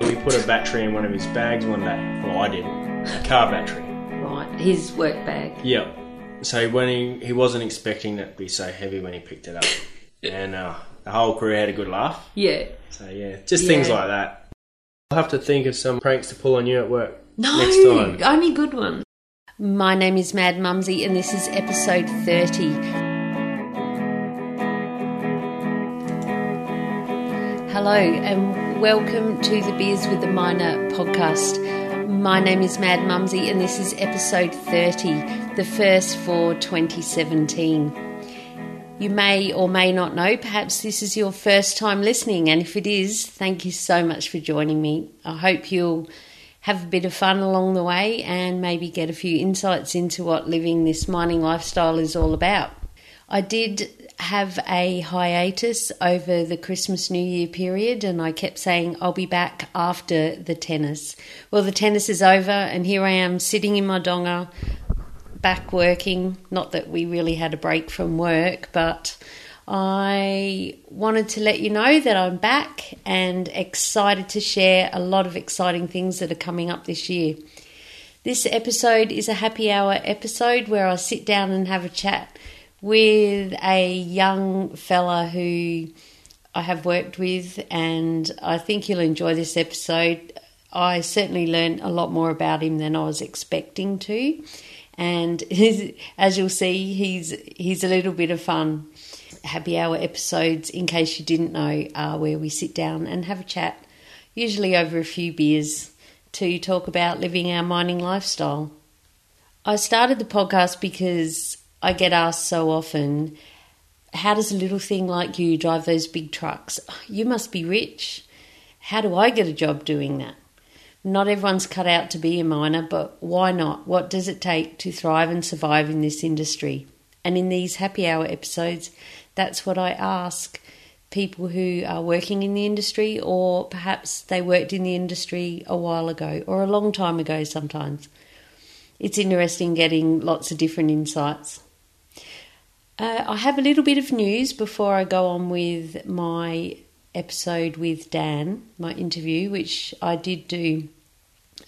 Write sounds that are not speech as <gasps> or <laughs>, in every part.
we put a battery in one of his bags one day. Well, I did. A car battery. Right, his work bag. Yeah. So when he, he wasn't expecting that to be so heavy when he picked it up. and uh, the whole crew had a good laugh. Yeah. So yeah, just things Yeah. like that. I'll have to think of some pranks to pull on you at work No, next time. <laughs> only good ones. My name is Mad Mumsy, and this is episode 30. Hello, and welcome to the Beers with the Miner podcast. My name is Mad Mumsy, and this is episode 30, the first for 2017. You may or may not know, perhaps this is your first time listening, and if it is, thank you so much for joining me. I hope you'll have a bit of fun along the way and maybe get a few insights into what living this mining lifestyle is all about. I did have a hiatus over the Christmas New Year period, and I kept saying I'll be back after the tennis. Well, the tennis is over, and here I am sitting in my donga back working. Not that we really had a break from work, but I wanted to let you know that I'm back and excited to share a lot of exciting things that are coming up this year. This episode is a happy hour episode where I sit down and have a chat with a young fella who I have worked with, and I think you'll enjoy this episode. I certainly learned a lot more about him than I was expecting to, and <laughs> he's, as you'll see, he's he's a little bit of fun. Happy hour episodes, in case you didn't know, are where we sit down and have a chat, usually over a few beers, to talk about living our mining lifestyle. I started the podcast because I get asked so often, how does a little thing like you drive those big trucks? You must be rich. How do I get a job doing that? Not everyone's cut out to be a miner, but why not? What does it take to thrive and survive in this industry? And in these happy hour episodes, that's what I ask people who are working in the industry, or perhaps they worked in the industry a while ago or a long time ago sometimes. It's interesting getting lots of different insights. Uh, I have a little bit of news before I go on with my episode with Dan, my interview, which I did do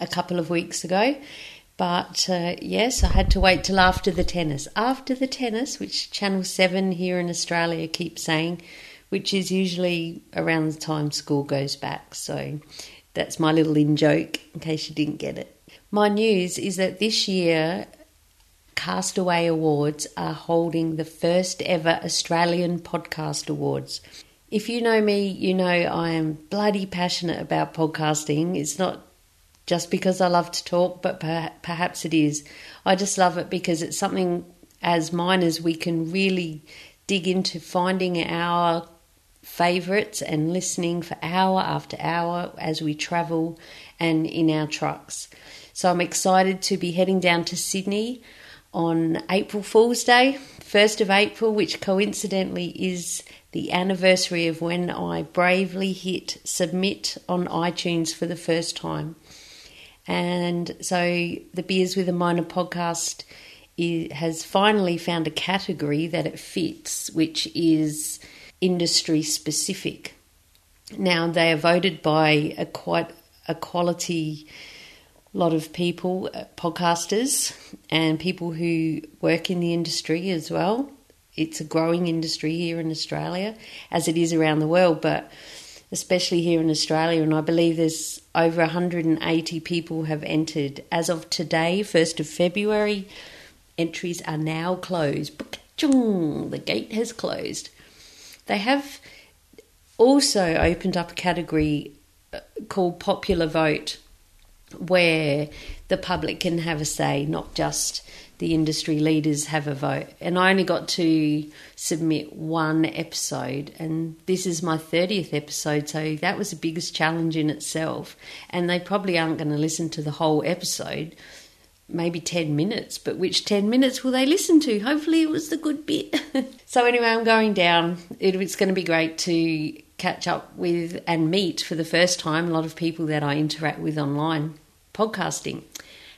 a couple of weeks ago. But uh, yes, I had to wait till after the tennis. After the tennis, which Channel 7 here in Australia keeps saying, which is usually around the time school goes back. So that's my little in joke in case you didn't get it. My news is that this year Castaway Awards are holding the first ever Australian Podcast Awards. If you know me, you know I am bloody passionate about podcasting. It's not just because I love to talk, but per- perhaps it is. I just love it because it's something as miners we can really dig into finding our favorites and listening for hour after hour as we travel and in our trucks. So I'm excited to be heading down to Sydney on April Fool's Day, 1st of April, which coincidentally is the anniversary of when I bravely hit submit on iTunes for the first time. And so the Beers with a Minor podcast i has finally found a category that it fits, which is industry specific. Now they are voted by a quite a quality lot of people, uh, podcasters, and people who work in the industry as well. It's a growing industry here in Australia, as it is around the world, but especially here in Australia. And I believe there's over 180 people have entered as of today, 1st of February. Entries are now closed. Book-chung, The gate has closed. They have also opened up a category uh, called popular vote where the public can have a say, not just the industry leaders have a vote. And I only got to submit one episode, and this is my 30th episode, so that was the biggest challenge in itself. And they probably aren't going to listen to the whole episode, maybe 10 minutes, but which 10 minutes will they listen to? Hopefully, it was the good bit. <laughs> so, anyway, I'm going down. It, it's going to be great to catch up with and meet for the first time a lot of people that I interact with online podcasting.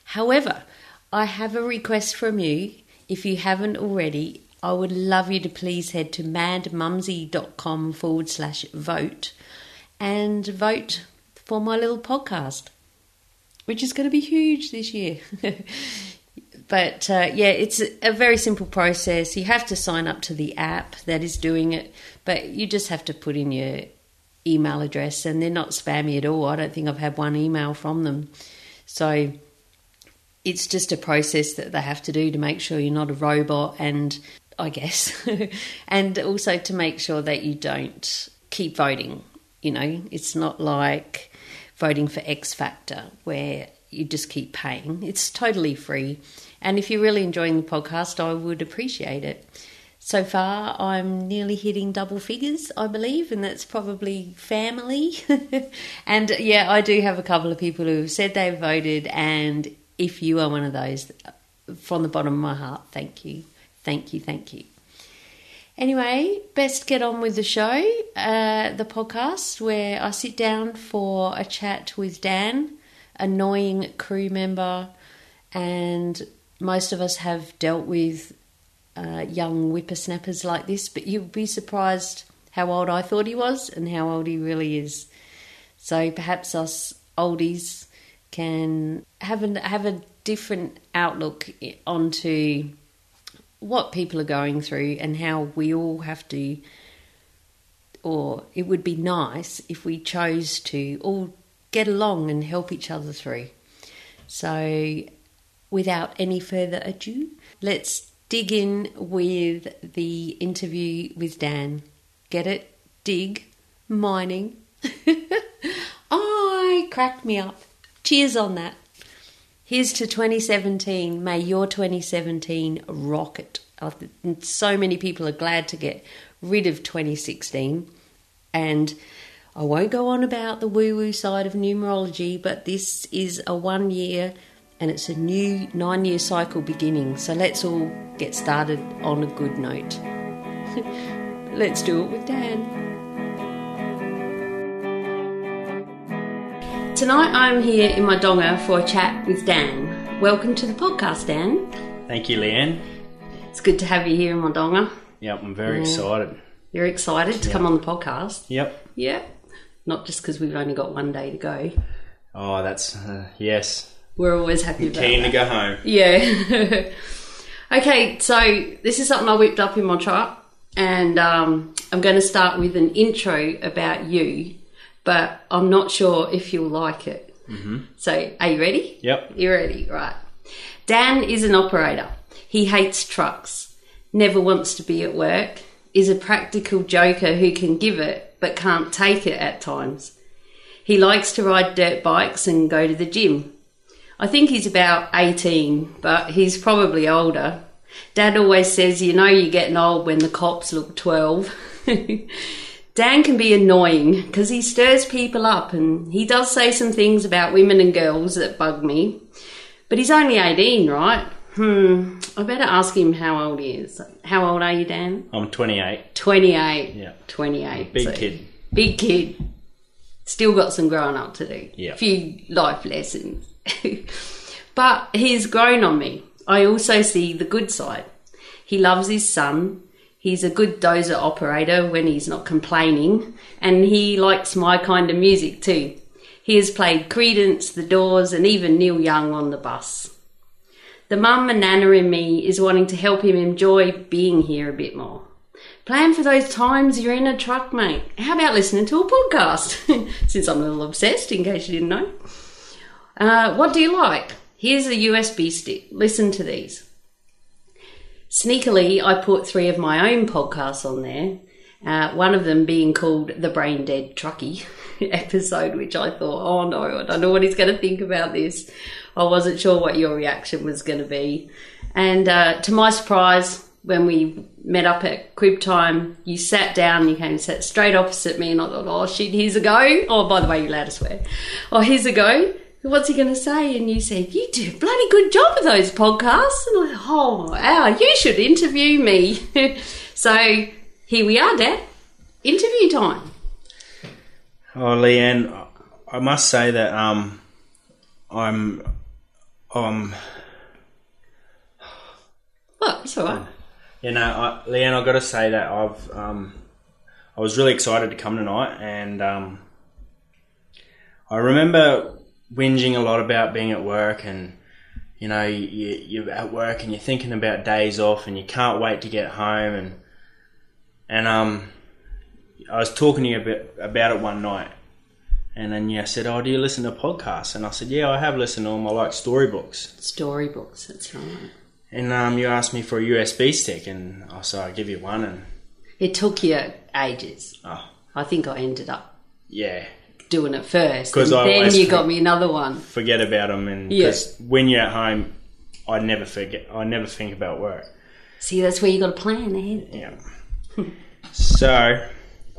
However, I have a request from you. If you haven't already, I would love you to please head to madmumsy.com forward slash vote and vote for my little podcast, which is going to be huge this year. <laughs> but uh, yeah, it's a, a very simple process. You have to sign up to the app that is doing it, but you just have to put in your email address, and they're not spammy at all. I don't think I've had one email from them. So it's just a process that they have to do to make sure you're not a robot and I guess <laughs> and also to make sure that you don't keep voting you know it's not like voting for X Factor where you just keep paying it's totally free and if you're really enjoying the podcast I would appreciate it so far I'm nearly hitting double figures I believe and that's probably family <laughs> and yeah I do have a couple of people who have said they voted and if you are one of those, from the bottom of my heart, thank you. Thank you. Thank you. Anyway, best get on with the show, uh, the podcast, where I sit down for a chat with Dan, annoying crew member, and most of us have dealt with uh, young whippersnappers like this, but you'll be surprised how old I thought he was and how old he really is. So perhaps us oldies can have a, have a different outlook onto what people are going through and how we all have to or it would be nice if we chose to all get along and help each other through. So without any further ado, let's dig in with the interview with Dan. Get it? Dig mining. <laughs> I cracked me up. Cheers on that. Here's to 2017. May your 2017 rocket. Oh, So many people are glad to get rid of 2016. And I won't go on about the woo woo side of numerology, but this is a one year and it's a new nine year cycle beginning. So let's all get started on a good note. <laughs> let's do it with Dan. Tonight I'm here in my donga for a chat with Dan. Welcome to the podcast, Dan. Thank you, Leanne. It's good to have you here in my donga. Yep, I'm Mm. very excited. You're excited to come on the podcast. Yep. Yeah. Not just because we've only got one day to go. Oh, that's uh, yes. We're always happy about Keen to go home. Yeah. <laughs> okay, so this is something I whipped up in my chart, and um, I'm going to start with an intro about you, but I'm not sure if you'll like it. So, are you ready? Yep. You're ready, right. Dan is an operator. He hates trucks, never wants to be at work, is a practical joker who can give it but can't take it at times. He likes to ride dirt bikes and go to the gym. I think he's about 18, but he's probably older. Dad always says, you know, you're getting old when the cops look 12. <laughs> Dan can be annoying because he stirs people up and he does say some things about women and girls that bug me. But he's only 18, right? Hmm, I better ask him how old he is. How old are you, Dan? I'm 28. 28. Yeah. 28. Big kid. Big kid. Still got some growing up to do. Yeah. Few life lessons. <laughs> but he's grown on me. I also see the good side. He loves his son. He's a good dozer operator when he's not complaining. And he likes my kind of music too. He has played Credence, The Doors, and even Neil Young on the bus. The mum and nana in me is wanting to help him enjoy being here a bit more. Plan for those times you're in a truck, mate. How about listening to a podcast? <laughs> Since I'm a little obsessed, in case you didn't know. Uh, what do you like? Here's a USB stick. Listen to these. Sneakily, I put three of my own podcasts on there. Uh, one of them being called the Brain Dead Truckie <laughs> episode, which I thought, oh no, I don't know what he's going to think about this. I wasn't sure what your reaction was going to be. And uh, to my surprise, when we met up at crib time, you sat down, you came and sat straight opposite me, and I thought, oh shit, here's a go. Oh, by the way, you're allowed to swear. Oh, here's a go. What's he going to say? And you said, you do a bloody good job of those podcasts. And I thought, oh, wow, you should interview me. <laughs> so here we are, Dad. Interview time. Oh, Leanne, I must say that um, I'm um, Well, it's all right. you know, I, Leanne, I've got to say that I've um, I was really excited to come tonight, and um, I remember whinging a lot about being at work and you know you, you're at work and you're thinking about days off and you can't wait to get home and and um I was talking to you about, about it one night and then you said oh do you listen to podcasts and I said yeah I have listened to them I like storybooks Storybooks, that's right. and um you asked me for a USB stick and I said I'll give you one and It took you ages. oh I think I ended up yeah doing it first. 'Cause and I then always you think- got me another one. forget about them and Yeah. 'cause when you're at home I never forget I never think about work See, that's where you got to plan eh? ahead. <laughs> Yeah. so,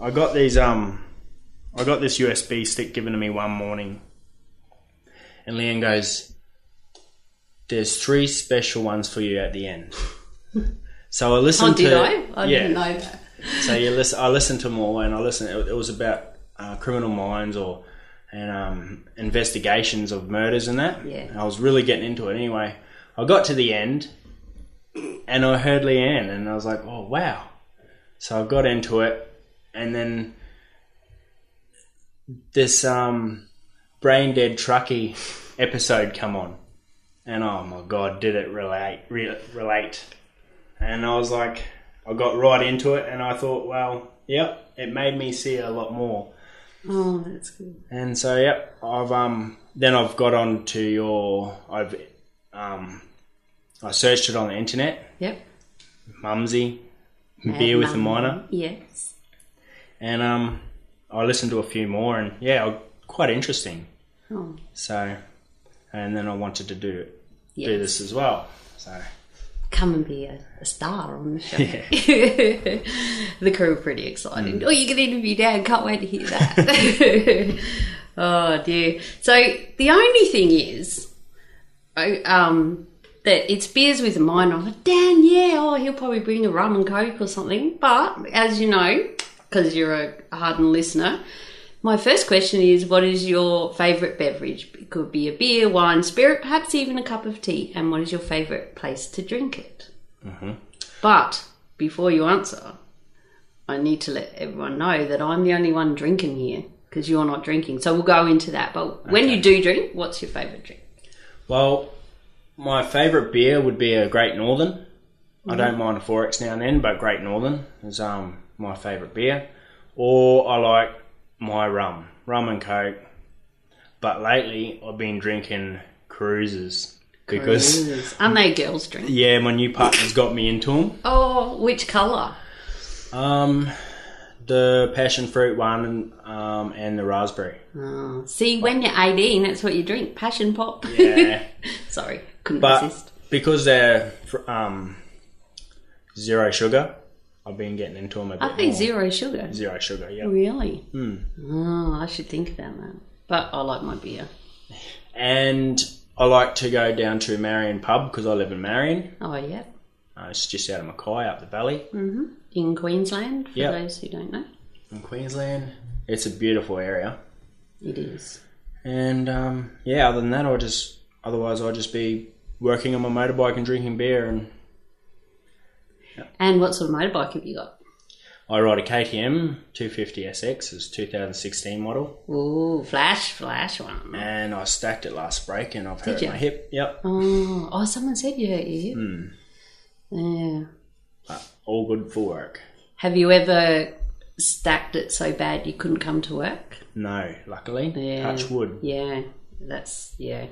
I got these um, I got this USB stick given to me one morning, and Leanne goes, "There's three special ones for you at the <laughs> end." so I Oh, listened did to. I? I yeah. didn't know that. so you listen. I listened to them all, and I listened. It, it was about uh, criminal minds or and um, investigations of murders and that. Yeah. And I was really getting into it. Anyway, I got to the end, and I heard Leanne, and I was like, "Oh wow!" So I got into it, and then this um, brain dead truckie episode come on, and oh my god, did it relate re- relate? And I was like, I got right into it, and I thought, well, yep, it made me see a lot more. Oh, that's good. And so, yep, I've um, then I've got on to your, I've um, I searched it on the internet, Yep. Mumsy, beer with a minor, Yes. and um, I listened to a few more, and yeah, quite interesting. Oh, So, and then I wanted to do yes. do this as well. So, Come and be a, a star on the show. <laughs> the crew are pretty excited. Oh, you can interview Dan. Can't wait to hear that. <laughs> oh dear. So the only thing is, I, um, that it's beers with a minor. I'm like, Dan, yeah. Oh, he'll probably bring a rum and coke or something. But as you know, because you're a hardened listener. My first question is, what is your favourite beverage? It could be a beer, wine, spirit, perhaps even a cup of tea. And what is your favourite place to drink it? Mm-hmm. But before you answer, I need to let everyone know that I'm the only one drinking here because you're not drinking. So we'll go into that. But when you do drink, what's your favourite drink? well, my favourite beer would be a Great Northern. I Mm-hmm. don't mind a four X now and then, but Great Northern is um my favourite beer. Or I like my rum, rum and coke. But lately, I've been drinking cruises because Cruises. aren't they a girls' drink? <laughs> yeah, my new partner's got me into them. Oh, which colour? Um, the passion fruit one, um, and the raspberry. Oh, see, when you're 18, that's what you drink. Passion pop. Yeah. <laughs> Sorry, couldn't But resist. because they're fr- um, zero sugar, I've been getting into them a bit I think more. zero sugar. Zero sugar, yeah. Really? Oh, I should think about that. But I like my beer. And I like to go down to Marion Pub because I live in Marion. Oh, yeah. Uh, it's just out of Mackay, up the valley In Queensland, for Yep. those who don't know, in Queensland. It's a beautiful area. it is. And um, yeah, other than that, I'll just otherwise I'll just be working on my motorbike and drinking beer. And And what sort of motorbike have you got? I ride a KTM 250 SX, it's 2016 model. Ooh, flash, flash one. and I stacked it last break, and I've hurt ya? my hip. Yep, Oh, oh, someone said you hurt your hip. Yeah. all good for work. Have you ever stacked it so bad you couldn't come to work? No, luckily, Yeah. touch wood. Yeah, that's yeah.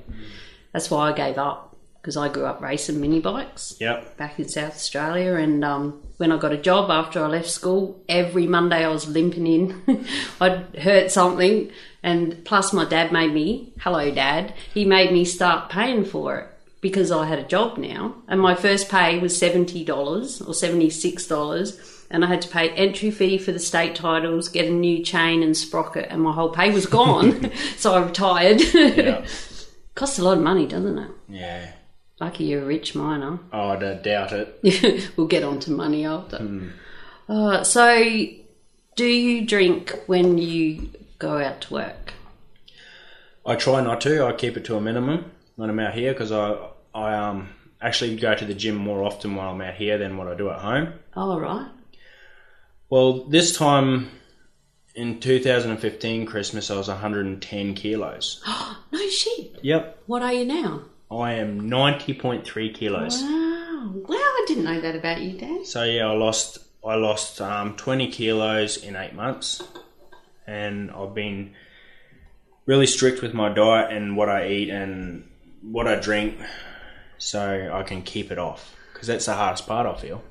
That's why I gave up because I grew up racing mini bikes. <laughs> Yep, back in South Australia. And um, when I got a job after I left school, every Monday I was limping in. <laughs> I'd hurt something. And plus, my dad made me, hello, dad, he made me start paying for it because I had a job now. And my first pay was $70 or $76. And I had to pay entry fee for the state titles, get a new chain and sprocket, and my whole pay was gone. <laughs> so I retired. yep, <laughs> Costs a lot of money, doesn't it? yeah. Lucky you're a rich miner. Oh, I don't doubt it. <laughs> we'll get on to money after. Uh, so, do you drink when you go out to work? I try not to. I keep it to a minimum when I'm out here because I I um actually go to the gym more often when I'm out here than what I do at home. Oh, right. Well, this time in 2015 Christmas, I was 110 kilos. No shit. Yep, What are you now? I am 90.3 kilos. Wow. Wow, Ah, I didn't know that about you, Dad. So yeah, I lost I lost um, 20 kilos in eight months, and I've been really strict with my diet and what I eat and what I drink, so I can keep it off. Because that's the hardest part. I feel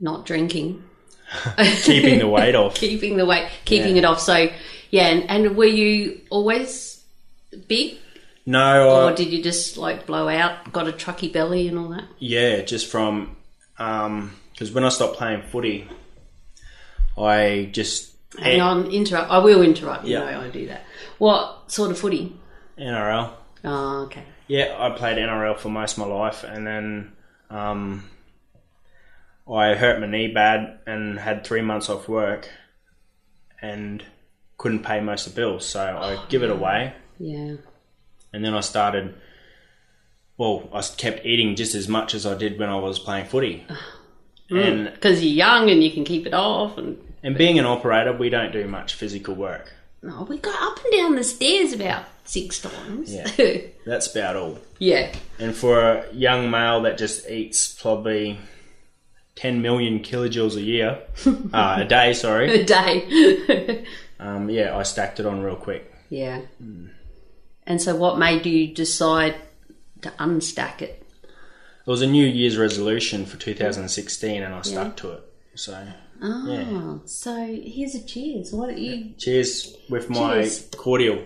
Not drinking. <laughs> keeping the weight off. Keeping the weight, keeping it off. So, yeah. And, and were you always big? No, I, Or did you just like blow out, got a trucky belly and all that? Yeah, just from because when I stopped playing footy, I just Hang on, interrupt. I will interrupt. You Yeah. know I do that. What sort of footy? NRL. Oh, okay. Yeah, I played NRL for most of my life, and then um, I hurt my knee bad and had three months off work, and couldn't pay most of the bills, so I give it away, Yeah. and then I started. Well, I s- kept eating just as much as I did when I was playing footy, and Because you're young and you can keep it off. And and being an operator, we don't do much physical work. no, Oh, we got up and down the stairs about six times. Yeah. That's about all. <laughs> yeah. And for a young male that just eats probably 10 million kilojoules a <laughs> year, uh, a day, sorry, A day. <laughs> um, yeah, I stacked it on real quick. yeah. And so, what made you decide to unstack it? It was a New Year's resolution for 2016 and I stuck to it. So, Oh, Yeah. so here's a cheers. What are you? cheers with my Cheers. cordial,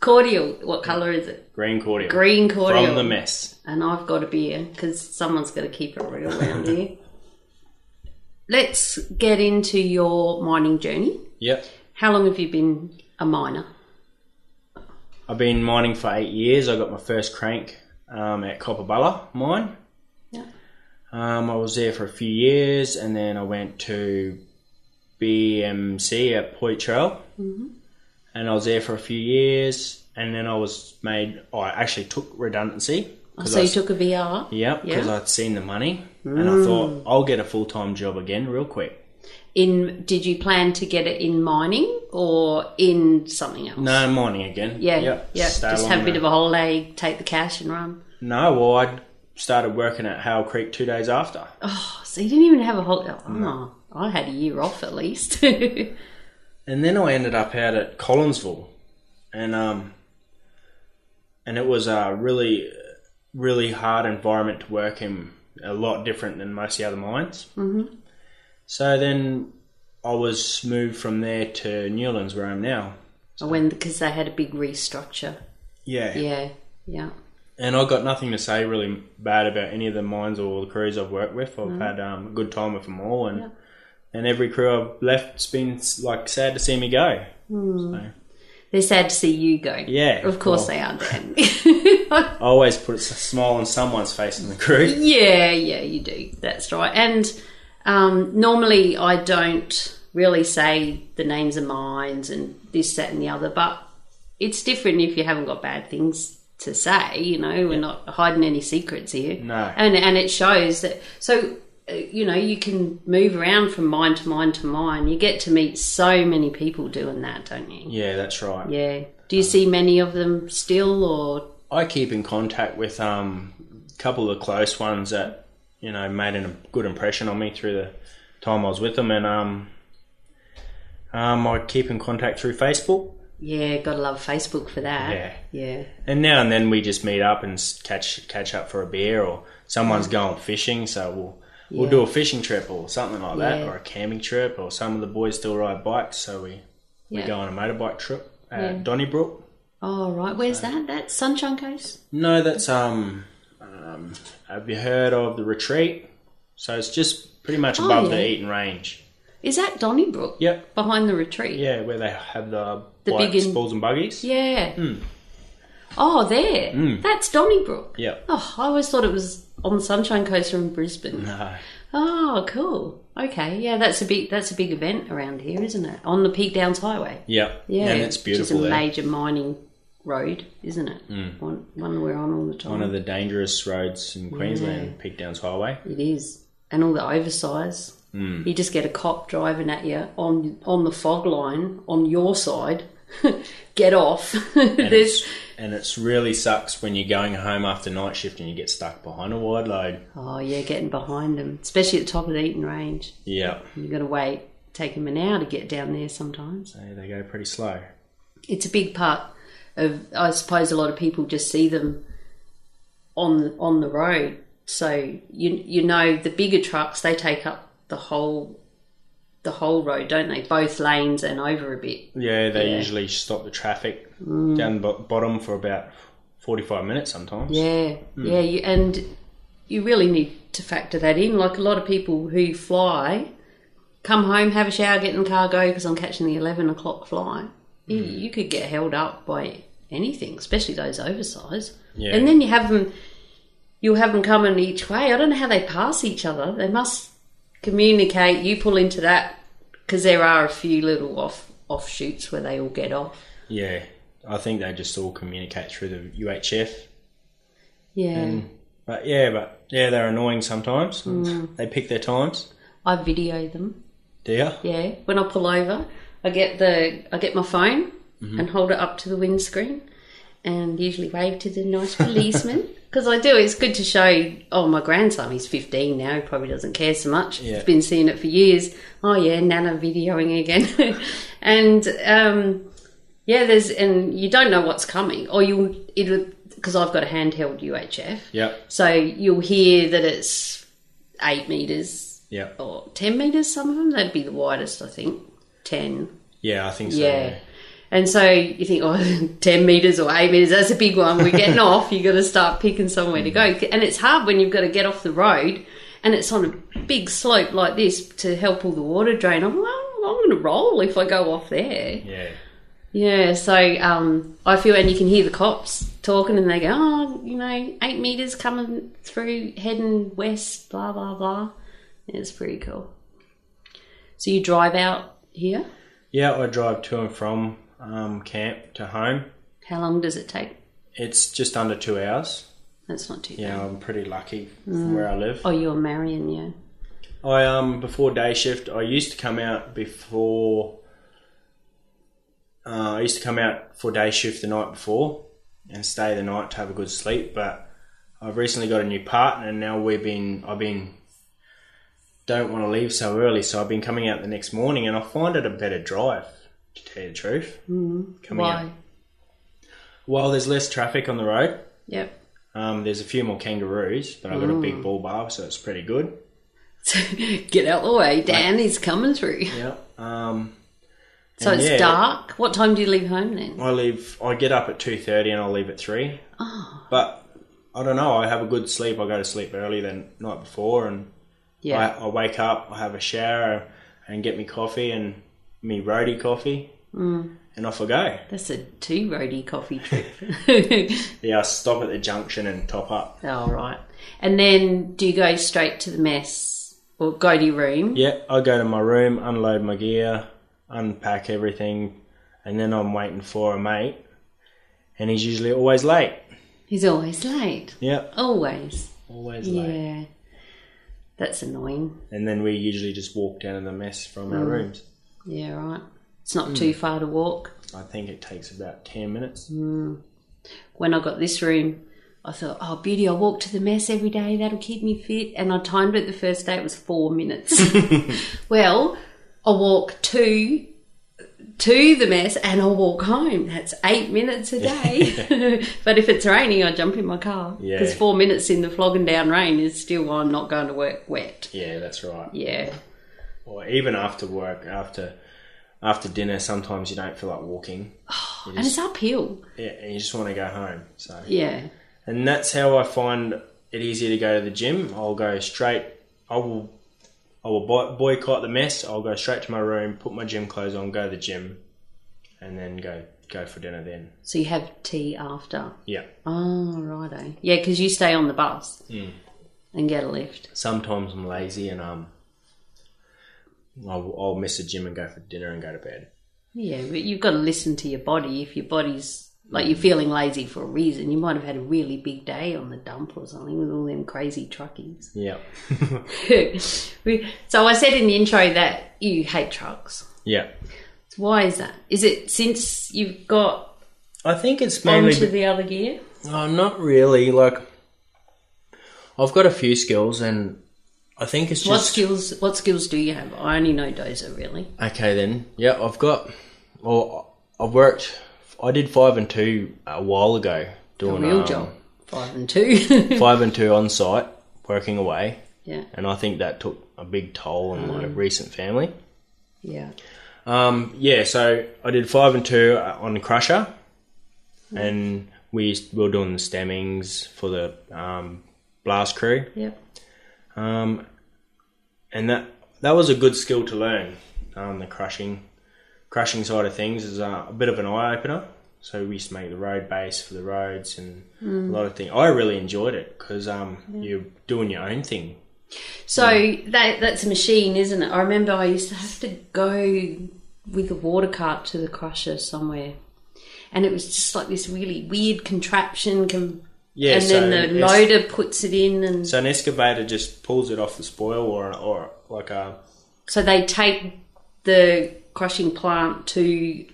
Cordial. What colour is it? green cordial. Green cordial. From the mess. and I've got a beer because someone's got to keep it real around here. <laughs> Let's get into your mining journey. Yep. How long have you been a miner? I've been mining for eight years. I got my first crank um, at Copperbulla mine. Yeah. Um, I was there for a few years, and then I went to BMC at Poitrel, mm Mm-hmm. and I was there for a few years, and then I was made. I actually took redundancy. Oh, 'cause so I you s- took a VR. yeah, because Yeah. Mm. I'd seen the money, and I thought I'll get a full time job again real quick. In did you plan to get it in mining or in something else? No mining again. Yeah, Yep, yeah. stay Just along have a bit the- of a holiday, take the cash and run. No, well, I started working at Hale Creek two days after. Oh, so you didn't even have a holiday. Oh, I had a year off at least. <laughs> yeah, and then I ended up out at Collinsville, and um, and it was a really, really hard environment to work in. A lot different than most of the other mines. Mm-hmm. So then I was moved from there to Newlands, where I am now. when because they had a big restructure. Yeah. Yeah, yeah. And I've got nothing to say really bad about any of the mines or the crews I've worked with. I've had um, a good time with them all, and and every crew I've left's been like sad to see me go. So, They're sad to see you go. yeah. Of course well, they are, <laughs> Dan. <laughs> I always put a s- smile on someone's face in the crew. yeah, yeah, you do. That's right. And um, normally I don't really say the names of mines and this, that, and the other, but it's different if you haven't got bad things to say. You know, we're not hiding any secrets here. No. And, and it shows that. So, uh, you know, you can move around from mine to mine to mine. You get to meet so many people doing that, don't you? Yeah, that's right. Yeah. Do you see many of them still or I keep in contact with um, a couple of the close ones that you know made an, a good impression on me through the time I was with them, and um, um, I keep in contact through Facebook. Yeah, gotta love Facebook for that. Yeah. Yeah. And now and then we just meet up and s- catch catch up for a beer, or someone's going fishing, so we'll we'll Yeah. do a fishing trip or something like that, Yeah. or a camping trip, or some of the boys still ride bikes, so we we Yeah. go on a motorbike trip at Donnybrook. Oh, right. Where's that? That's Sunshine Coast? No, that's um, um. Have you heard of the retreat? So it's just pretty much Oh, above yeah. the Eaton Range. Is that Donnybrook? Yep. Behind the retreat? Yeah, where they have the, The bikes, big in- balls and buggies. Yeah. Hmm. Oh, there. That's Donnybrook. Yeah. Oh, I always thought it was on the Sunshine Coast from Brisbane. No. Oh, cool. Okay. Yeah, that's a big that's a big event around here, isn't it? On the Peak Downs Highway. Yeah. Yeah. And it's beautiful It's a there. Hmm. major mining road, isn't it? One, one we're on all the time. One of the dangerous roads in Queensland, Peak Downs Highway. It is. And all the oversize. You just get a cop driving at you on on the fog line on your side. <laughs> get off. <laughs> There's And it's really sucks when you're going home after night shift and you get stuck behind a wide load. oh yeah, getting behind them, especially at the top of the Eaton Range. Yeah, You've got to wait, take them an hour to get down there sometimes. they, they go pretty slow. It's a big part of. I suppose a lot of people just see them on on the road. So you you know the bigger trucks they take up the whole the whole road, don't they? Both lanes and over a bit. Yeah, they usually stop the traffic Mm. down the bo- bottom for about 45 minutes sometimes. Yeah, yeah, you, and you really need to factor that in. Like a lot of people who fly, come home, have a shower, get in the car, go because I'm catching the eleven o'clock flight. You, you could get held up by anything, especially those oversized. Yeah. And then you have them, you'll have them coming each way. I don't know how they pass each other. They must communicate. You pull into that because there are a few little off offshoots where they all get off. Yeah, I think they just all communicate through the UHF. Yeah. But yeah, but yeah, they're annoying sometimes. Mm. They pick their times. I video them. Do ya? Yeah, when I pull over, I get the I get my phone and hold it up to the windscreen, and usually wave to the nice policeman <laughs> because I do. It's good to show. Oh, my grandson, he's fifteen now. He probably doesn't care so much. Yeah. He's been seeing it for years. Oh yeah, Nana videoing again, <laughs> and um, yeah, there's and you don't know what's coming, or you'll it'll because I've got a handheld UHF. Yep. So you'll hear that it's eight meters Yep. or 10 meters some of them that'd be the widest i think 10 Yeah, I think so. yeah yeah. and so you think oh <laughs> 10 meters or 8 meters that's a big one we're getting off you got to start picking somewhere to go and it's hard when you've got to get off the road and it's on a big slope like this to help all the water drain i'm well, I'm going to roll if I go off there. Yeah. Yeah, so um, I feel, and you can hear the cops talking, and they go, "Oh, you know, eight meters coming through, heading west, blah blah blah." It's pretty cool. So you drive out here. Yeah, I drive to and from um, camp to home. How long does it take? It's just under two hours. That's not too bad. Yeah, I'm pretty lucky from where I live. Oh, you're Marion, yeah. I um before day shift, I used to come out before. Uh, I used to come out for day shift the night before and stay the night to have a good sleep. But I've recently got a new partner, and now we've been I've been don't want to leave so early, so I've been coming out the next morning, and I find it a better drive to tell you the truth. Mm, coming Why? out well, there's less traffic on the road. Yep. <laughs> Um, there's a few more kangaroos, but I've got a big bull bar, so it's pretty good. Get out the way, Dan. He's coming through. Yeah. Um, So and it's yeah, dark. What time do you leave home then? I leave. I get up at two thirty and I leave at three. Ah. But I don't know. I have a good sleep. I go to sleep early the night before, and Yeah. I, I wake up. I have a shower and get me coffee and me roadie coffee, mm. and off I go. That's a two roadie coffee trip. <laughs> Yeah, I stop at the junction and top up. Oh, right. And then do you go straight to the mess or go to your room? Yeah, I go to my room, unload my gear, unpack everything, and then I'm waiting for a mate, and he's usually always late. He's always late. Yeah, Always. always late. Yeah. That's annoying. And then we usually just walk down to the mess from Mm. our rooms. Yeah, right. It's Hmm. not too far to walk. I think it takes about 10 minutes. When I got this room, I thought, oh, beauty, I'll walk to the mess every day. That'll keep me fit. And I timed it the first day, it was four minutes. well, I walk two to the mess and I'll walk home. That's eight minutes a day. but if it's raining, I jump in my car. Yeah. Because four minutes in the flogging down rain is still I'm not going to work wet. Yeah, that's right. Yeah. Or even after work, after after dinner, sometimes you don't feel like walking. And it's uphill. Yeah, and you just want to go home. So, Yeah. and that's how I find it easier to go to the gym. I'll go straight. I will. I will boy- boycott the mess. I'll go straight to my room, put my gym clothes on, go to the gym, and then go go for dinner. Then, So you have tea after. yeah. Oh, righto. Yeah, because you stay on the bus and get a lift. Sometimes I'm lazy and um, I'll, I'll miss the gym and go for dinner and go to bed. Yeah, but you've got to listen to your body. If your body's Like Mm. you're feeling lazy for a reason. You might have had a really big day on the dump or something with all them crazy truckies. <laughs> Yeah. We- so I said in the intro that you hate trucks. Yeah. So why is that? Is it since you've got I think it's mainly onto the other gear? Uh, not really. Like, I've got a few skills, and I think it's just What skills? What skills do you have? I only know dozer really. okay. Then, yeah, I've got. Well, I've worked. I did five and two a while ago, A doing real um, job, five and two. <laughs> five and two on site, working away, yeah, and I think that took a big toll on Mm. my recent family. yeah. Um, yeah, so I did five and two uh, on the crusher, Mm. and we we were doing the stemmings for the um, blast crew. Yep. Um, and that that was a good skill to learn. Um, the crushing, crushing side of things is uh, a bit of an eye opener. So we used to make the road base for the roads and Hmm. a lot of things. I really enjoyed it because um, you're doing your own thing. So that that's a machine, isn't it? I remember I used to have to go with the water cart to the crusher somewhere, and it was just like this really weird contraption. Com- Yeah, and so then the it's- loader puts it in, and so, So an excavator just pulls it off the spoil or or like a they take the crushing plant to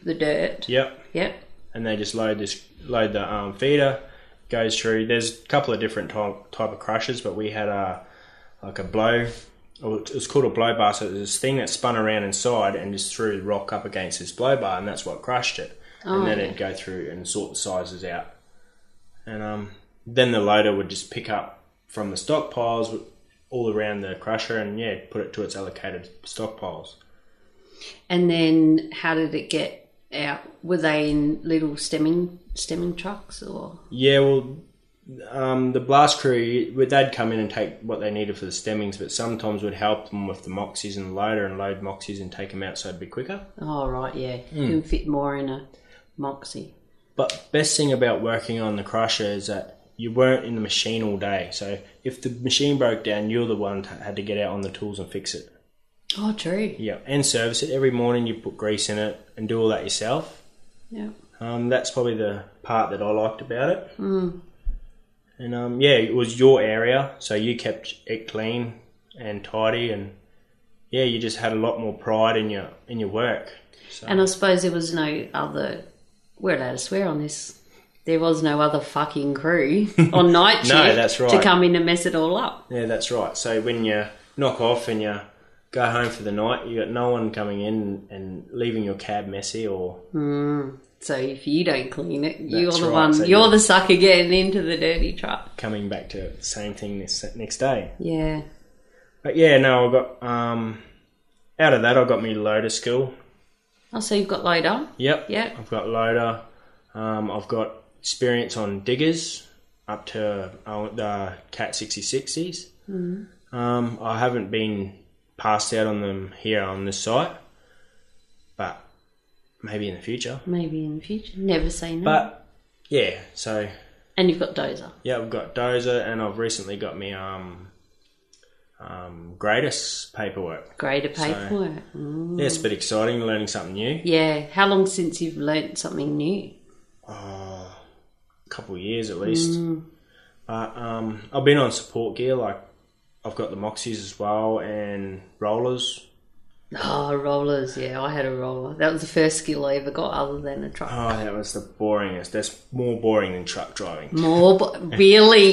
the dirt. yep, Yep. and they just load this load the um, feeder goes through. There's a couple of different type type of crushers, but we had a like a blow. or It was called a blow bar. So it was this thing that spun around inside and just threw the rock up against this blow bar, and that's what crushed it. and then it'd go through and sort the sizes out, and um, then the loader would just pick up from the stockpiles all around the crusher and yeah, put it to its allocated stockpiles. And then how did it get out? Were they in little stemming stemming trucks or? Yeah, well, um, the blast crew would they'd come in and take what they needed for the stemmings, but sometimes would help them with the moxies and the loader and load moxies and take them out so it'd be quicker. Oh right, yeah, Hmm. you can fit more in a moxie. But best thing about working on the crusher is that you weren't in the machine all day. So if the machine broke down, you're the one that had to get out on the tools and fix it. Oh, true. Yeah, and service it every morning. You put grease in it and do all that yourself. Yeah. Um, that's probably the part that I liked about it. Mm. And um, yeah, it was your area, so you kept it clean and tidy, and yeah, you just had a lot more pride in your in your work. And I suppose there was no other. We're allowed to swear on this. There was no other fucking crew <laughs> on night shift No, that's right. to come in and mess it all up. Yeah, that's right. So when you knock off and you go home for the night, you got no one coming in and leaving your cab messy or So if you don't clean it, you're That's the right, one. so you're you- the sucker getting into the dirty truck. coming back to the same thing this next day. Yeah. But yeah, no, I got um, out of that, I got me loader skill. Oh, so you've got loader. Yep. Yep. I've got loader. Um, I've got experience on diggers up to uh, the Cat 6060s. Mm. Um, I haven't been passed out on them here on this site, but maybe in the future. Maybe in the future. Never say no. But yeah, so and you've got dozer. yeah, I've got dozer and I've recently got me um, um, greatest paperwork. Greater paperwork. Mm. Yeah, it's a bit exciting learning something new. Yeah. How long since you've learnt something new? oh, a couple of years at least. But um, I've been on support gear, like I've got the Moxies as well and rollers. Oh, rollers. Yeah, I had a roller. That was the first skill I ever got, other than a truck. Oh, that was the boringest. That's more boring than truck driving. More, bo- really?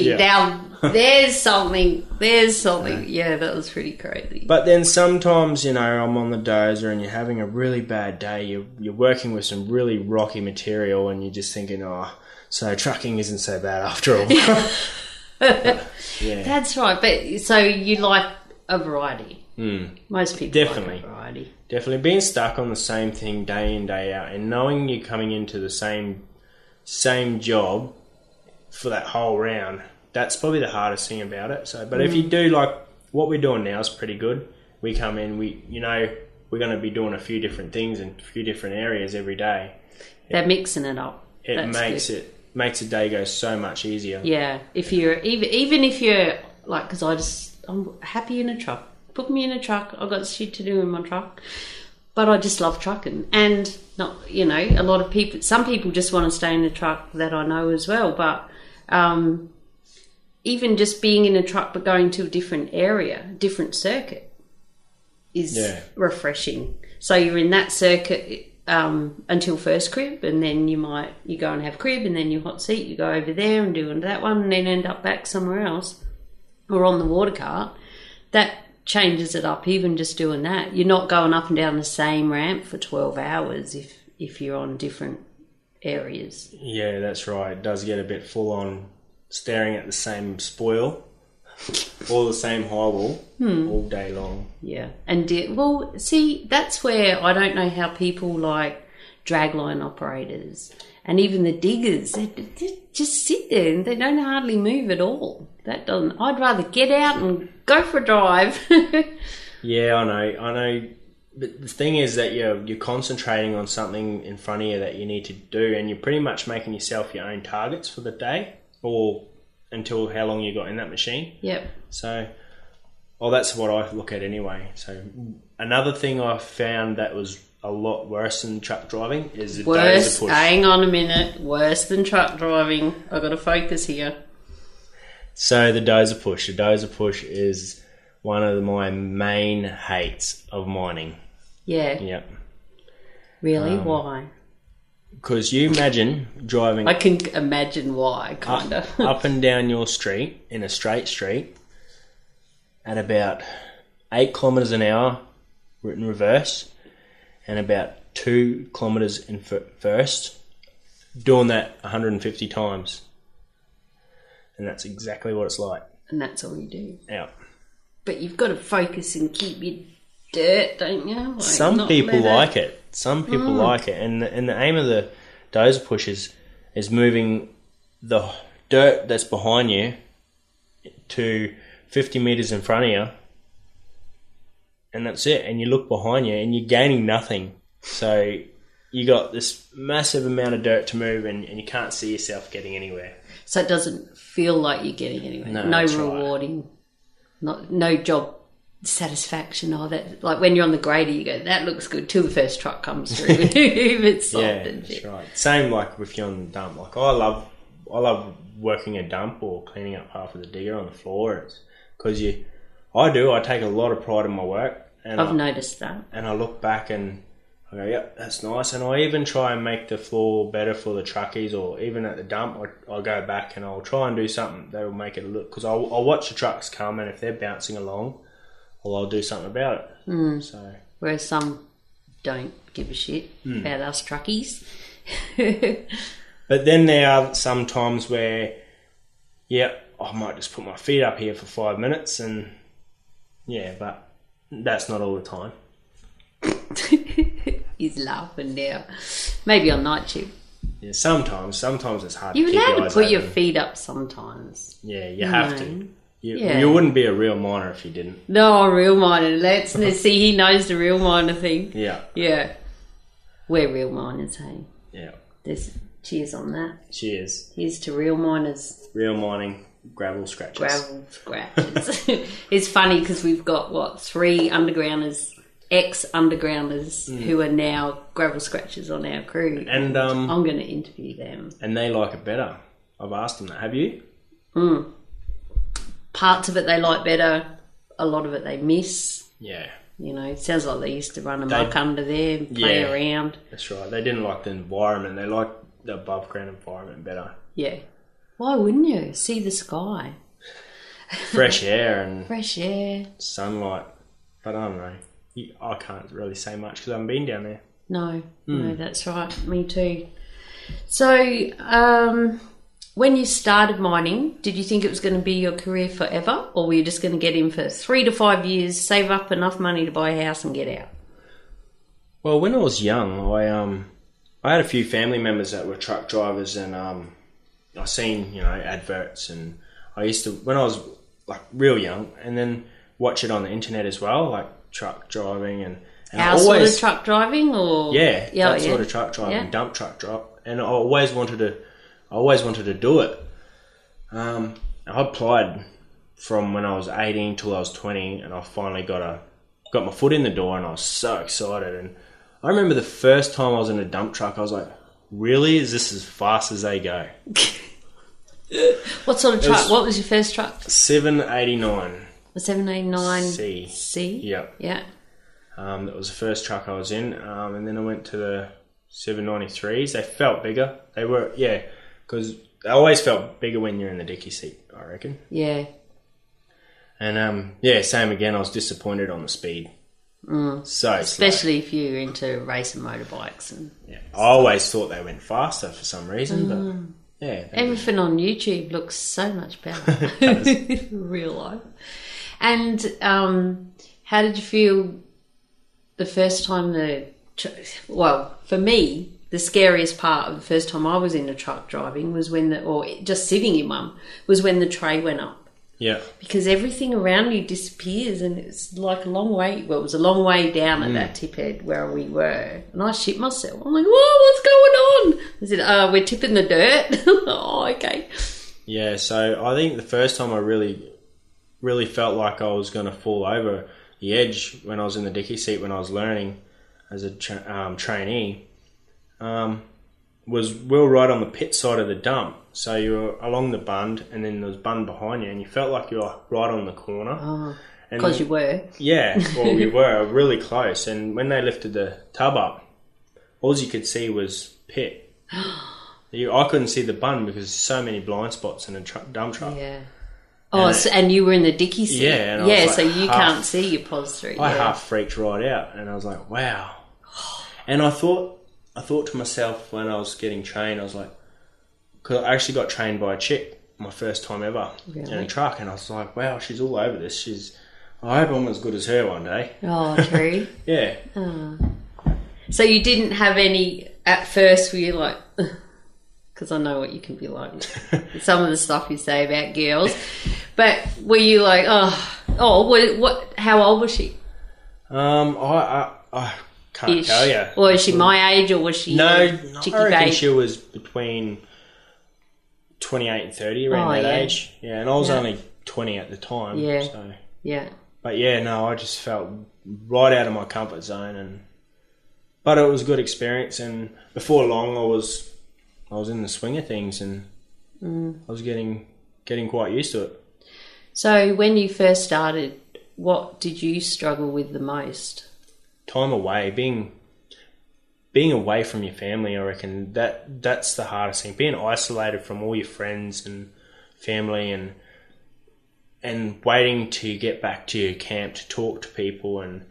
<laughs> Yeah. Now, there's something. There's something. Yeah, that was pretty crazy. <laughs> But then sometimes, you know, I'm on the dozer and you're having a really bad day. You're, you're working with some really rocky material and you're just thinking, oh, so trucking isn't so bad after all. yeah, That's right. But so you like a variety. Most people Hmm. Definitely. like a variety. definitely being stuck on the same thing day in day out and knowing you're coming into the same same job for that whole round that's probably the hardest thing about it so but if Mm. you do like what we're doing now is pretty good we come in we you know we're going to be doing a few different things in a few different areas every day They're mixing it up. it That's makes it makes a day go so much easier Yeah, if you're even even if you're like, because I just I'm happy in a truck. Put me in a truck. I've got shit to do in my truck. but I just love trucking. And not, you know, a lot of people, some people just want to stay in a truck that I know as well. But um, even just being in a truck, but going to a different area, different circuit is Yeah. refreshing. So you're in that circuit um, until first crib, and then you might you go and have crib, and then your hot seat. You go over there and do that one, and then end up back somewhere else or on the water cart. That changes it up. Even just doing that, you're not going up and down the same ramp for twelve hours if if you're on different areas. Yeah, that's right. It does get a bit full on staring at the same spoil <laughs> or the same highball Hmm. all day long. Yeah, and de- well, see, that's where I don't know how people like dragline operators and even the diggers they, they just sit there and they don't hardly move at all. That doesn't. I'd rather get out and go for a drive. <laughs> Yeah, I know. I know. But the thing is that you're you're concentrating on something in front of you that you need to do, and you're pretty much making yourself your own targets for the day or until how long you got in that machine. yep. So, well, that's what I look at anyway. So, another thing I found that was a lot worse than truck driving is the days Worse. eh? of push. Hang on a minute. Worse than truck driving. I got to focus here. So the dozer push. The dozer push is one of my main hates of mining. Yeah. Yep. Really? Um, why? Because you imagine driving I can imagine why. Kind <laughs> up, of. up and down your street in a straight street at about eight kilometers an hour in reverse and about two kilometers in fir- first, doing that 150 times. And that's exactly what it's like. and that's all you do. Out. But you've got to focus and keep your dirt, don't you? Like, some not people let like it. Some people like it, and the, and the aim of the dozer push is is moving the dirt that's behind you to fifty meters in front of you, and that's it. And you look behind you, and you're gaining nothing. So you got this massive amount of dirt to move, and, and you can't see yourself getting anywhere. So it doesn't feel like you're getting anywhere. No, No, that's right. rewarding. Not no job satisfaction or that like when you're on the grader you go, That looks good till the first truck comes <laughs> through if it's soft Yeah, and that's shit. right. Same like with you on the dump. Like I love, I love working a dump or cleaning up half of the digger on the floor. Because you, I do. I take a lot of pride in my work, and I've I, noticed that. and I look back and I go, "Yep, that's nice." And I even try and make the floor better for the truckies, or even at the dump, I, I go back and I'll try and do something that will make it look. Because I'll, I'll watch the trucks come, and if they're bouncing along, well, I'll do something about it. So Whereas some don't give a shit Hmm. about us truckies. <laughs> But then there are some times where, yeah, I might just put my feet up here for five minutes and, yeah, but that's not all the time. He's laughing now. Maybe on night shift. Yeah, sometimes, sometimes it's hard You're to keep allowed your to eyes put open. your feet up sometimes. Yeah, you have to. You, Yeah. you wouldn't be a real miner if you didn't. No, real miner. Let's let's see. He knows the real miner thing. Yeah, Yeah, we're real miners. Hey, yeah. there's cheers on that. Cheers. Here's to real miners. Real mining, gravel scratches. Gravel <laughs> scratches. it's funny because we've got what three undergrounders, ex undergrounders, who are now gravel scratches on our crew. And, um, I'm going to interview them. and they like it better. I've asked them that. Have you? Parts of it they like better. A lot of it they miss. Yeah, You know, it sounds like they used to run amok under there and play Yeah. around. that's right. They didn't like the environment. They liked the above ground environment <laughs> better. Yeah. Why wouldn't you? See the sky. Fresh air and Fresh air. sunlight. But I don't know. You- I can't really say much because I haven't been down there. No, no, Hmm. that's right. Me too. So, um, when you started mining, did you think it was going to be your career forever, or were you just going to get in for three to five years, save up enough money to buy a house, and get out? Well, when I was young, I um, I had a few family members that were truck drivers, and um, I seen you know adverts, and I used to when I was like real young, and then watch it on the internet as well, like truck driving and. And I Our Uh, always, sort of truck driving, or yeah, yeah, oh, that yeah. sort of truck driving, Yeah. dump truck drive, and I always wanted to, I always wanted to do it. Um, I applied from when I was eighteen till I was twenty, and I finally got a got my foot in the door, and I was so excited, and I remember the first time I was in a dump truck, I was like, really? Is this as fast as they go? <laughs> What sort of was- truck? what was your first truck? 789. A 789 C. See? Yep. Yeah. Um, that was the first truck I was in, um, and then I went to the 793s. They felt bigger. They were, yeah, because they always felt bigger when you're in the dicky seat, I reckon. Yeah. And um, yeah, same again. I was disappointed on the speed. Mm. So slow. Especially if you're into racing motorbikes and Yeah. I always thought they went faster for some reason, but yeah, they- Everything on YouTube looks so much better <laughs> in real life. And um, how did you feel the first time the tr- well for me the scariest part of the first time I was in a truck driving was when the or just sitting in one was when the tray went up yeah, because everything around you disappears and it's like a long way well it was a long way down at that Mm. tip head where we were and I shit myself I'm like whoa what's going on I said uh, we're tipping the dirt <laughs> oh okay yeah. So I think the first time I really, really felt like I was going to fall over the edge when I was in the dicky seat when I was learning as a tra- um, trainee, um, was we were right on the pit side of the dump. So you were along the bund, and then there was bund behind you, and you felt like you were right on the corner. Uh, and because you were <laughs> Yeah, well, we were really close. And when they lifted the tub up, all you could see was <gasps> pit. You, I couldn't see the bun because there's so many blind spots in a tru dump truck. yeah oh so, and you were in the dicky seat Yeah, and I was yeah like so you half- can't see your pos through I yeah. half freaked right out, and I was like, <gasps> "Wow!" And I thought, I thought to myself when I was getting trained, I was like, because I actually got trained by a chick, my first time ever in Really? a truck, and I was like, "Wow, she's all over this. She's, I hope I'm as good as her one day." oh true Yeah, Uh, So you didn't have any at first. Were you like? <laughs> Because I know what you can be like. <laughs> with Some of the stuff you say about girls, but were you like, oh, oh, what? what how old was she? Um, I I, I can't Ish. tell you. Or is she my age, or was she no, a I chicky reckon babe? she was between twenty-eight and thirty around Oh, that yeah. age. Yeah, and I was Yeah. only twenty at the time. Yeah. So, yeah, but yeah, no, I just felt right out of my comfort zone, and but it was a good experience. And before long, I was I was in the swing of things, and Mm. I was getting getting quite used to it. So when you first started, what did you struggle with the most? time away, being being away from your family, I reckon that that's the hardest thing. Being isolated from all your friends and family, and and waiting to get back to your camp to talk to people, and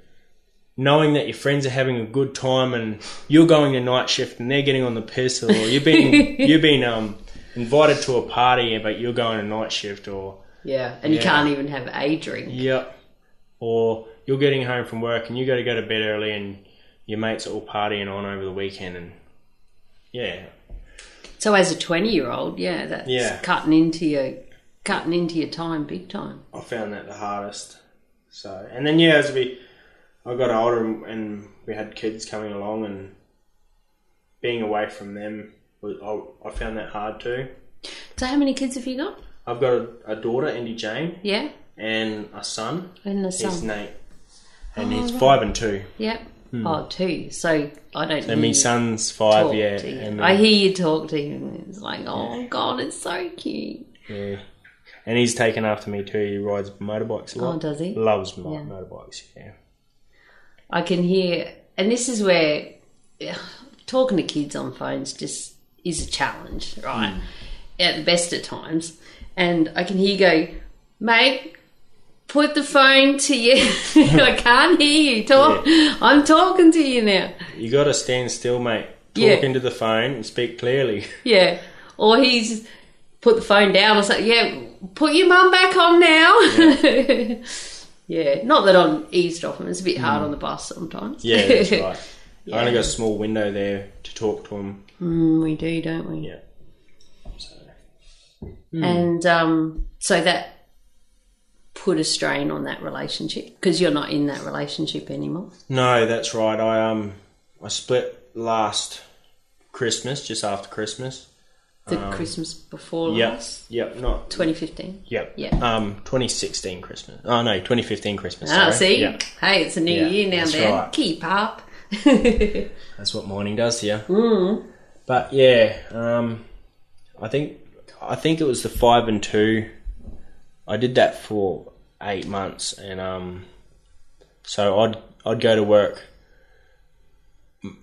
knowing that your friends are having a good time, and you're going to night shift, and they're getting on the piss, or you've been you've been um invited to a party, but you're going to night shift, or Yeah, and you Yeah. can't even have a drink. Yep. Or you're getting home from work and you got to go to bed early and your mates are all partying on over the weekend and yeah, So as a twenty-year-old, yeah, that's Yeah. cutting into your cutting into your time big time. I found that the hardest. So and then yeah, as we I got older and, and we had kids coming along and being away from them, was, I, I found that hard too. So how many kids have you got? I've got a, a daughter, Indy Jane, Yeah, and a son. and the son. Oh, He's Nate, and he's five and two. Yep. hmm. Oh, two. So I don't. And my son's five, yeah. To you. And, I uh, hear you talk to him. and It's like, oh god, it's so cute. Yeah. And he's taken after me too. He rides motorbikes a lot. Oh, does he? Loves mo- Yeah. motorbikes, yeah. I can hear, and this is where <sighs> ugh, talking to kids on phones just is a challenge, Hmm. right? At the best of times, and I can hear you go, mate. Put the phone to you. <laughs> I can't hear you talk. I'm talking to you now. You got to stand still, mate. Talk Yeah. into the phone and speak clearly. <laughs> Yeah. Or he's put the phone down or something. Yeah, put your mum back on now. <laughs> Yeah. Not that I'm eavesdropping. It's a bit hard on the bus sometimes. Mm. Yeah, <laughs> that's right. I only got a small window there to talk to him. Mm, we do, don't we? Yeah. Mm. So, And um, so that put a strain on that relationship because you're not in that relationship anymore. no, that's right. I um I split last Christmas, just after Christmas. The Um, Christmas before Yep. last, Yep, not 2015. yep. Oh, Yeah. Um 2016 Christmas. Oh no, 2015 Christmas. Ah, sorry. see? Yeah. Hey, it's a new Yeah, year now, that's then. right. Keep up. <laughs> That's what morning does to you. Mm. But yeah, um, I think I think it was the five and two. I did that for eight months, and um, so I'd I'd go to work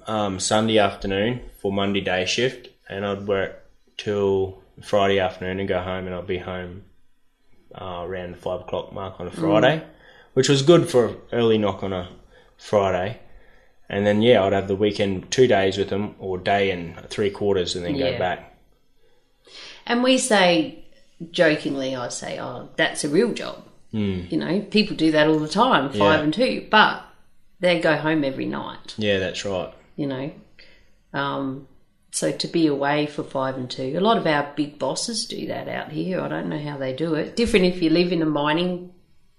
um, Sunday afternoon for Monday day shift, and I'd work till Friday afternoon and go home, and I'd be home uh, around the five o'clock mark on a Friday, which was good for an early knock on a Friday. And then yeah, I'd have the weekend two days with them, or day and three quarters, and then Yeah. go back. And we say, jokingly, I say, oh, that's a real job. Mm. You know, people do that all the time, five Yeah. and two, but they go home every night, Yeah, that's right. you know. Um, so to be away for five and two, a lot of our big bosses do that out here. I don't know how they do it. Different if you live in a mining,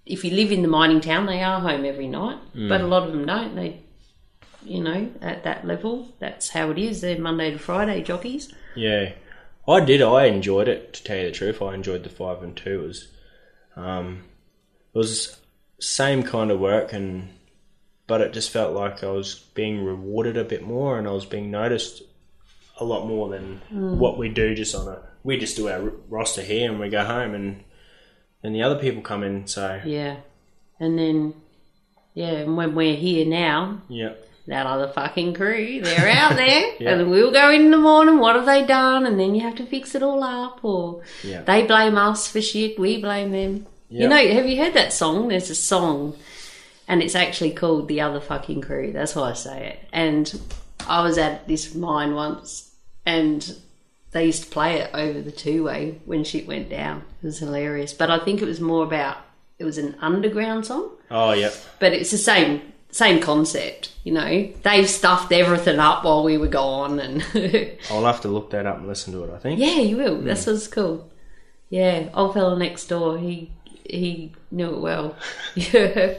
if you live in the mining town, they are home every night, but a lot of them don't. They, you know, at that level, that's how it is. They're Monday to Friday jockeys. Yeah, I did. I enjoyed it. To tell you the truth, I enjoyed the five and two. It was, um, it was same kind of work, and but it just felt like I was being rewarded a bit more, and I was being noticed a lot more than Hmm. what we do just on a. We just do our r- roster here, and we go home, and then the other people come in. So Yeah. And then, yeah, and when we're here now, yeah, that other fucking crew, they're out there. Yeah. And then we'll go in the morning, what have they done? And then you have to fix it all up. Or Yeah. they blame us for shit, we blame them. Yeah. You know, have you heard that song? There's a song, and it's actually called The Other Fucking Crew. That's why I say it. And I was at this mine once, and they used to play it over the two way when shit went down. It was hilarious. But I think it was more about, it was an underground song oh yeah, but it's the same same concept you know they've stuffed everything up while we were gone and <laughs> I'll have to look that up and listen to it. I think. yeah you will that's what's cool yeah old fella next door he he knew it well <laughs> yeah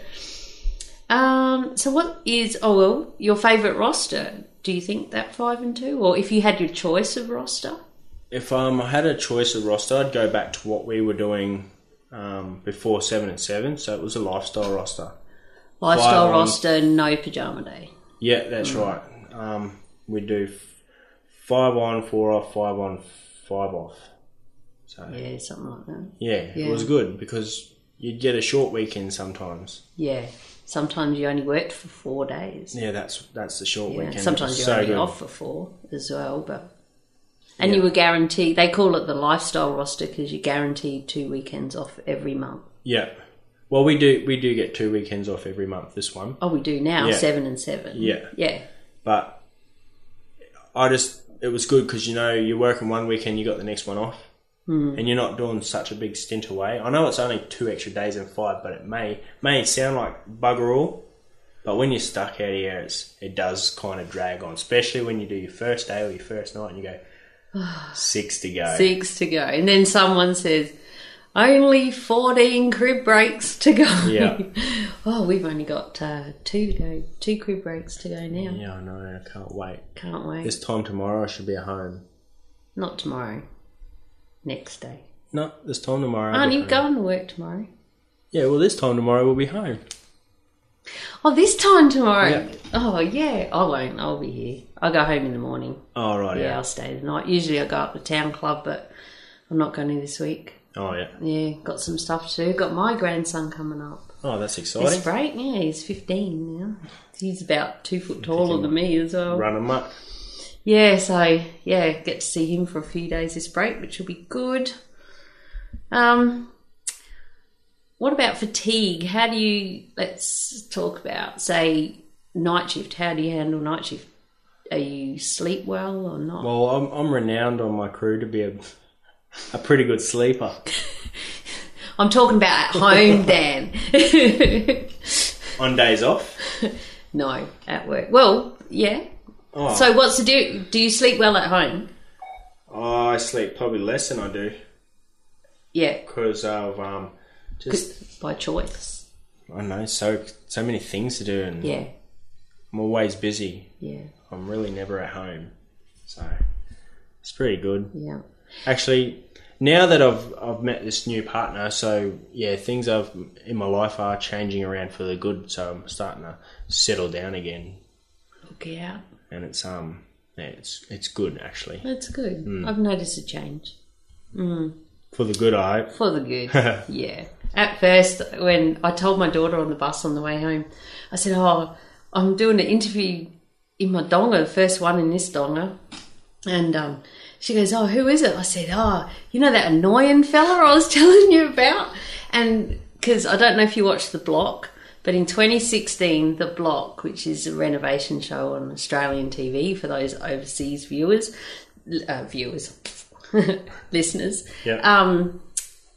um so what is oh well your favorite roster do you think that five and two or if you had your choice of roster If um, I had a choice of roster, I'd go back to what we were doing um, before seven and seven. So it was a lifestyle roster. lifestyle on. roster no pajama day Yeah, that's Hmm. right. Um, we do f- five on, four off, five on, five off. So yeah, yeah something like that it was good because you'd get a short weekend sometimes. yeah sometimes you only worked for four days Yeah, that's that's the short Yeah, weekend. sometimes It you're was only good. off for four as well, but and you were guaranteed. They call it the lifestyle roster because you're guaranteed two weekends off every month. Yeah. Well, we do we do get two weekends off every month. This one. Oh, we do now Yeah. seven and seven. Yeah. yeah, but I just it was good because you know you're working one weekend, you got the next one off, mm. and you're not doing such a big stint away. I know it's only two extra days and five, but it may may sound like bugger all. But when you're stuck out here, it's it does kind of drag on, especially when you do your first day or your first night, and you <sighs> go six to go. six to go, and then someone says only fourteen crib breaks to go. Yeah. <laughs> oh, we've only got uh, two to go, two crib breaks to go now. Yeah, I know. I can't wait. Can't wait. This time tomorrow, I should be at home. Not tomorrow. Next day. No, this time tomorrow. I'll Aren't be you home. going to work tomorrow? Yeah, well, this time tomorrow we'll be home. Oh, this time tomorrow. Yeah. Oh, yeah. I won't. I'll be here. I'll go home in the morning. Oh right, Yeah, yeah. I'll stay the night. Usually I go up the town club, but I'm not going to this week. Oh yeah. Yeah, got some stuff to do. Got my grandson coming up. Oh, that's This exciting. break, yeah, he's 15 now. He's about two foot taller than me as well. Run amok. Yeah, so yeah, get to see him for a few days this break, which will be good. Um, what about fatigue? How do you? Let's talk about say night shift. How do you handle night shift? Are you sleep well or not? Well, I'm, I'm renowned on my crew to be a, a pretty good sleeper. I'm talking about at home, Dan. On days off, <laughs> no, at work. Well, yeah. Oh. So what's the do? Do you sleep well at home? I sleep probably less than I do Yeah, because of um, just by choice. I don't know so so many things to do, and Yeah, I'm always busy. yeah, I'm really never at home, so it's pretty good. yeah. Actually, now that I've I've met this new partner, so yeah, things I've in my life are changing around for the good. So I'm starting to settle down again. cookie out. and it's um yeah, it's it's good actually That's good. I've noticed a change for the good. I hope. for the good. yeah. At first, when I told my daughter on the bus on the way home, I said, "Oh, I'm doing an interview in my donga, the first one in this donga," and um, she goes, "Oh, who is it?" I said, "Oh, you know that annoying fella I was <laughs> telling you about," and because I don't know if you watched The Block. But in 2016, The Block, which is a renovation show on Australian TV for those overseas viewers, uh, viewers, <laughs> listeners, Yeah. um,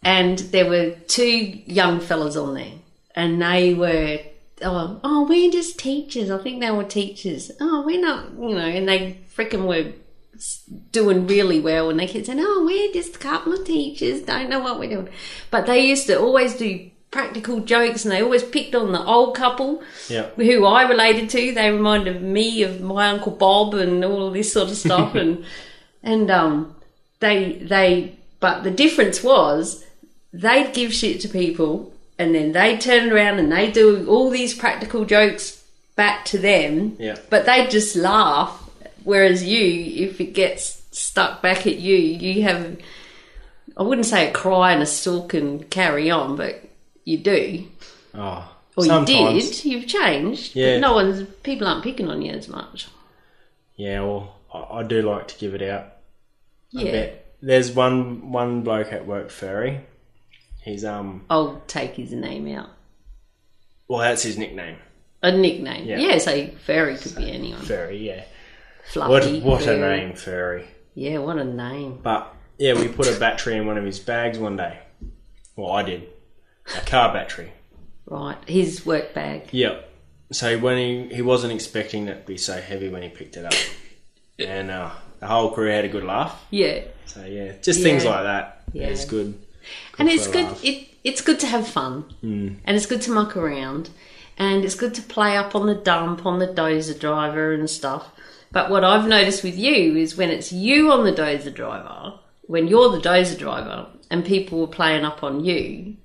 and there were two young fellas on there, and they were, oh, oh, we're just teachers. I think they were teachers. Oh, we're not, you know, and they freaking were s- doing really well, and they kept saying, oh, we're just a couple of teachers, don't know what we're doing. But they used to always do practical jokes, and they always picked on the old couple yeah. who I related to. They reminded me of my uncle Bob and all this sort of stuff, and and um, they they. But the difference was they'd give shit to people, and then they turn around and they do all these practical jokes back to them. Yeah. But they just laugh. Whereas you, if it gets stuck back at you, you have. I wouldn't say a cry and a sulk and carry on, but you do. Oh, Well, sometimes. you did. You've changed. Yeah. But no one's people aren't picking on you as much. Yeah, well, I, I do like to give it out. Yeah. bit. There's one one bloke at work, Furry. He's um. I'll take his name out. Well, that's his nickname, A nickname. Yeah. Yeah. so fairy could be anyone. Furry. Yeah. What Fluffy. what a fairy. name, Furry. Yeah, what a name. But yeah, we put a battery in one of his bags one day. Well, I did. A car battery. Right. His work bag. Yep. So when he he wasn't expecting that to be so heavy when he picked it up, and uh, the whole crew had a good laugh. Yeah. So yeah, just things Yeah. like that. Yeah. It's good. and it's for a good laugh. it it's good to have fun Hmm. mm. and it's good to muck around and it's good to play up on the dump on the dozer driver and stuff but what i've noticed with you is when it's you on the dozer driver when you're the dozer driver and people were playing up on you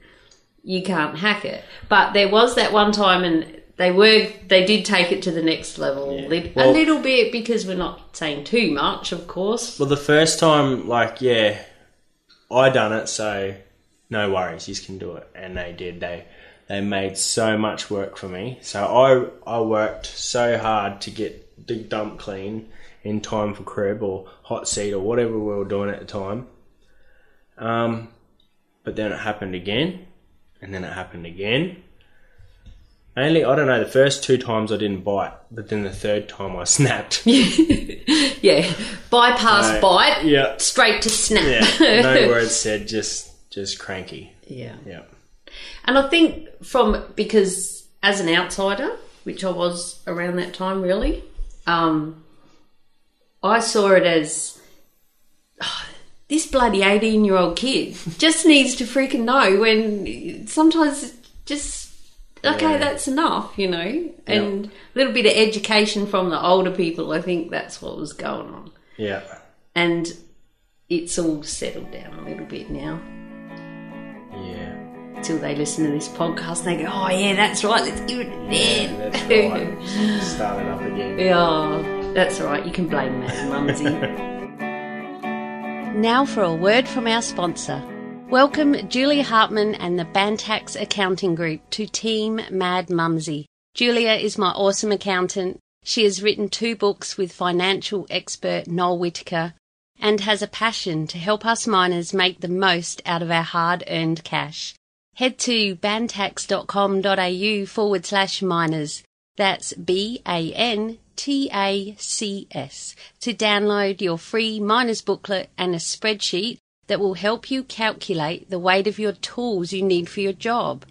you can't hack it but there was that one time and they were they did take it to the next level lit- Well- a little bit because we're not saying too much of course Well, the first time, like, yeah, I done it, so no worries, you can do it. And they did. They they made so much work for me. So I I worked so hard to get the dump clean in time for crib or hot seat or whatever we were doing at the time. Um, but then it happened again, and then it happened again. Only I don't know. The first two times I didn't bite, but then the third time I <laughs> snapped. <laughs> yeah bypass So- bite yeah. straight to snap <laughs> Yeah, no words said, just just cranky. Yeah. Yeah. And I think from because as an outsider, which I was around that time really, um, I saw it as "Oh, this bloody 18 year old kid just needs to freaking know when sometimes just okay, Yeah. that's enough, you know, and a little bit of education from the older people. I think that's what was going on. Yeah. And it's all settled down a little bit now Yeah. till they listen to this podcast and they go, oh yeah, that's right, let's give it a Yeah, name. that's right. Start it up again. <laughs> yeah, that's right, you can blame <laughs> Mad Mumsy. Now for a word from our sponsor. Welcome Julia Hartman and the Bantax Accounting Group to Team Mad Mumsy. Julia is my awesome accountant. She has written two books with financial expert Noel Whitaker and has a passion to help us miners make the most out of our hard earned cash. Head to bantax.com.au forward slash miners. That's B A N T A C S to download your free miners booklet and a spreadsheet that will help you calculate the weight of your tools you need for your job.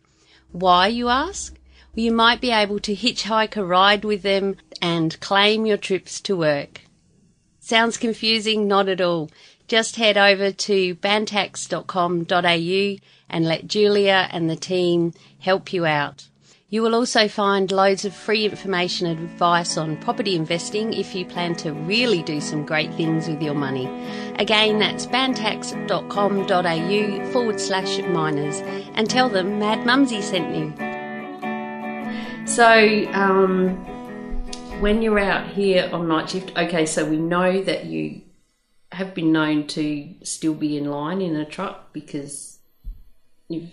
Why, you ask? Well, you might be able to hitchhike a ride with them and claim your trips to work. Sounds confusing? Not at all. Just head over to bantax.com.au and let Julia and the team help you out. You will also find loads of free information and advice on property investing if you plan to really do some great things with your money. Again, that's bantax.com.au forward slash miners and tell them Mad Mumsy sent you. so, um, when you're out here on night shift, okay, so we know that you have been known to still be in line in a truck because you've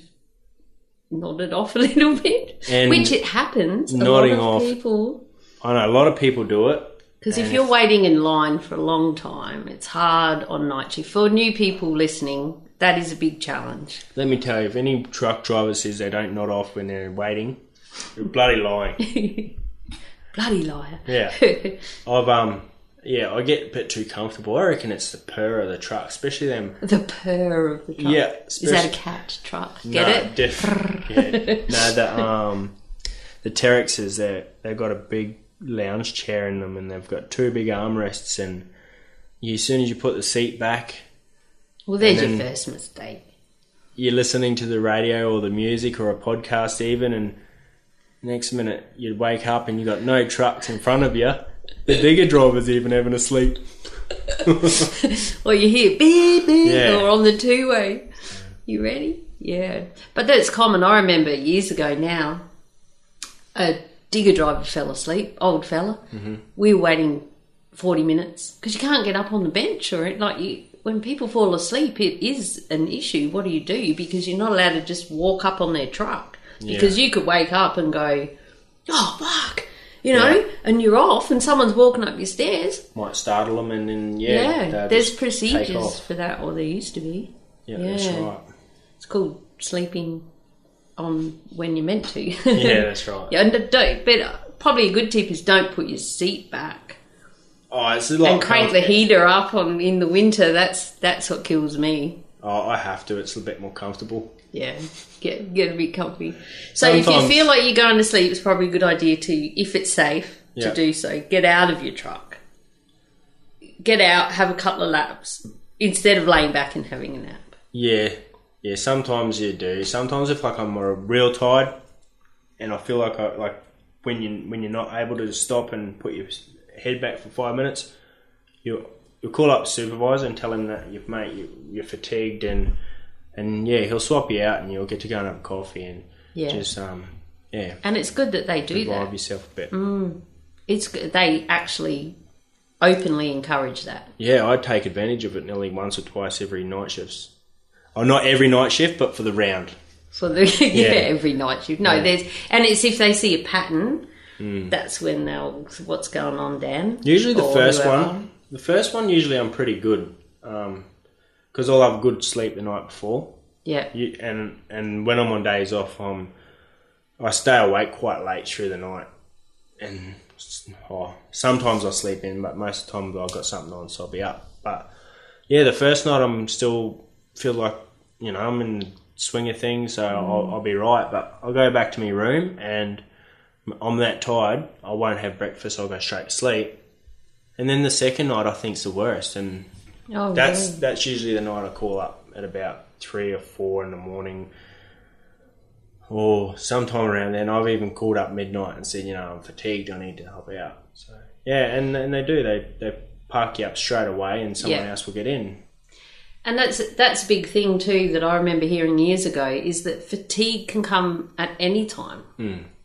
nodded <laughs> off a little bit, And which it happens. A lot nodding of off. people, I know a lot of people do it. because if you're waiting in line for a long time, it's hard on night shift. For new people listening, that is a big challenge. Let me tell you, if any truck driver says they don't nod off when they're waiting, you're bloody lying. Bloody liar. Yeah. I've um yeah, I get a bit too comfortable. I reckon it's the purr of the truck, especially them. <laughs> the purr of the truck. Yeah, Is that a especially- cat truck? No, Get it? <laughs> def- yeah. No, the um the Terexes they they've got a big lounge chair in them and they've got two big armrests and you, as soon as you put the seat back, Well, there's And your then- first mistake. you're listening to the radio or the music or a podcast even and next minute you wake up and you've got no trucks in front of you the bigger driver's even having a sleep Or you hear beep beep, Yeah. or on the two way. You ready? Yeah. But that's common. I remember years ago now, a digger driver fell asleep, old fella. Mm-hmm. We were waiting 40 minutes because you can't get up on the bench or it. Like, you, when people fall asleep, it is an issue. What do you do? Because you're not allowed to just walk up on their truck because you could wake up and go, oh, fuck, you know, Yeah. and you're off and someone's walking up your stairs. might startle them and then yeah, Yeah, they'll there's just take procedures off. for that, or there used to be. yeah, that's yeah. right It's called sleeping on when you're meant to. <laughs> yeah that's right yeah, and don't. But uh, probably a good tip is don't put your seat back oh it's a lot and crank the comfort- heater up on in the winter. That's that's what kills me. oh I have to it's a bit more comfortable Yeah, get get a bit comfy. So if you Sometimes- feel like you're going to sleep, it's probably a good idea to, if it's safe Yeah. to do so, get out of your truck. Get out, have a couple of laps instead of laying back and having a nap. yeah yeah sometimes you do sometimes if like I'm uh, real tired and I feel like I like when you when you're not able to stop and put your head back for five minutes, you you call up the supervisor and tell him that you've mate you, you're fatigued and and yeah he'll swap you out and you'll get to go and have a coffee and Yeah. just um yeah And it's good that they do revive that. Mm. yourself a bit. It's good. they actually openly encourage that. Yeah, I take advantage of it nearly once or twice every night shifts. Oh, not every night shift, but for the round. for the <laughs> yeah, Yeah. Hmm. every night shift. No, there's and it's if they see a pattern, that's when they'll what's going on, Dan. Usually the Or first whoever. one. The first one usually I'm pretty good because I'll have good sleep the night before. Yeah, You, and and when I'm on days off, I'm I stay awake quite late through the night, and s- oh, sometimes I sleep in, but most of the time I've got something on, so I'll be up. But yeah, the first night I'm still feel like you know I'm in the swing of things, so I'll, I'll be right. But I'll go back to my room, and I'm that tired, I won't have breakfast. I'll go straight to sleep. And then the second night I think's the worst, and oh, that's yeah. that's usually the night I call up at about three or four in the morning, or sometime around then. I've even called up midnight and said, you know, I'm fatigued. I need to help out. So yeah, and and they do. They they park you up straight away, and someone Yeah. else will get in. and that's that's a big thing too that I remember hearing years ago is that fatigue can come at any time,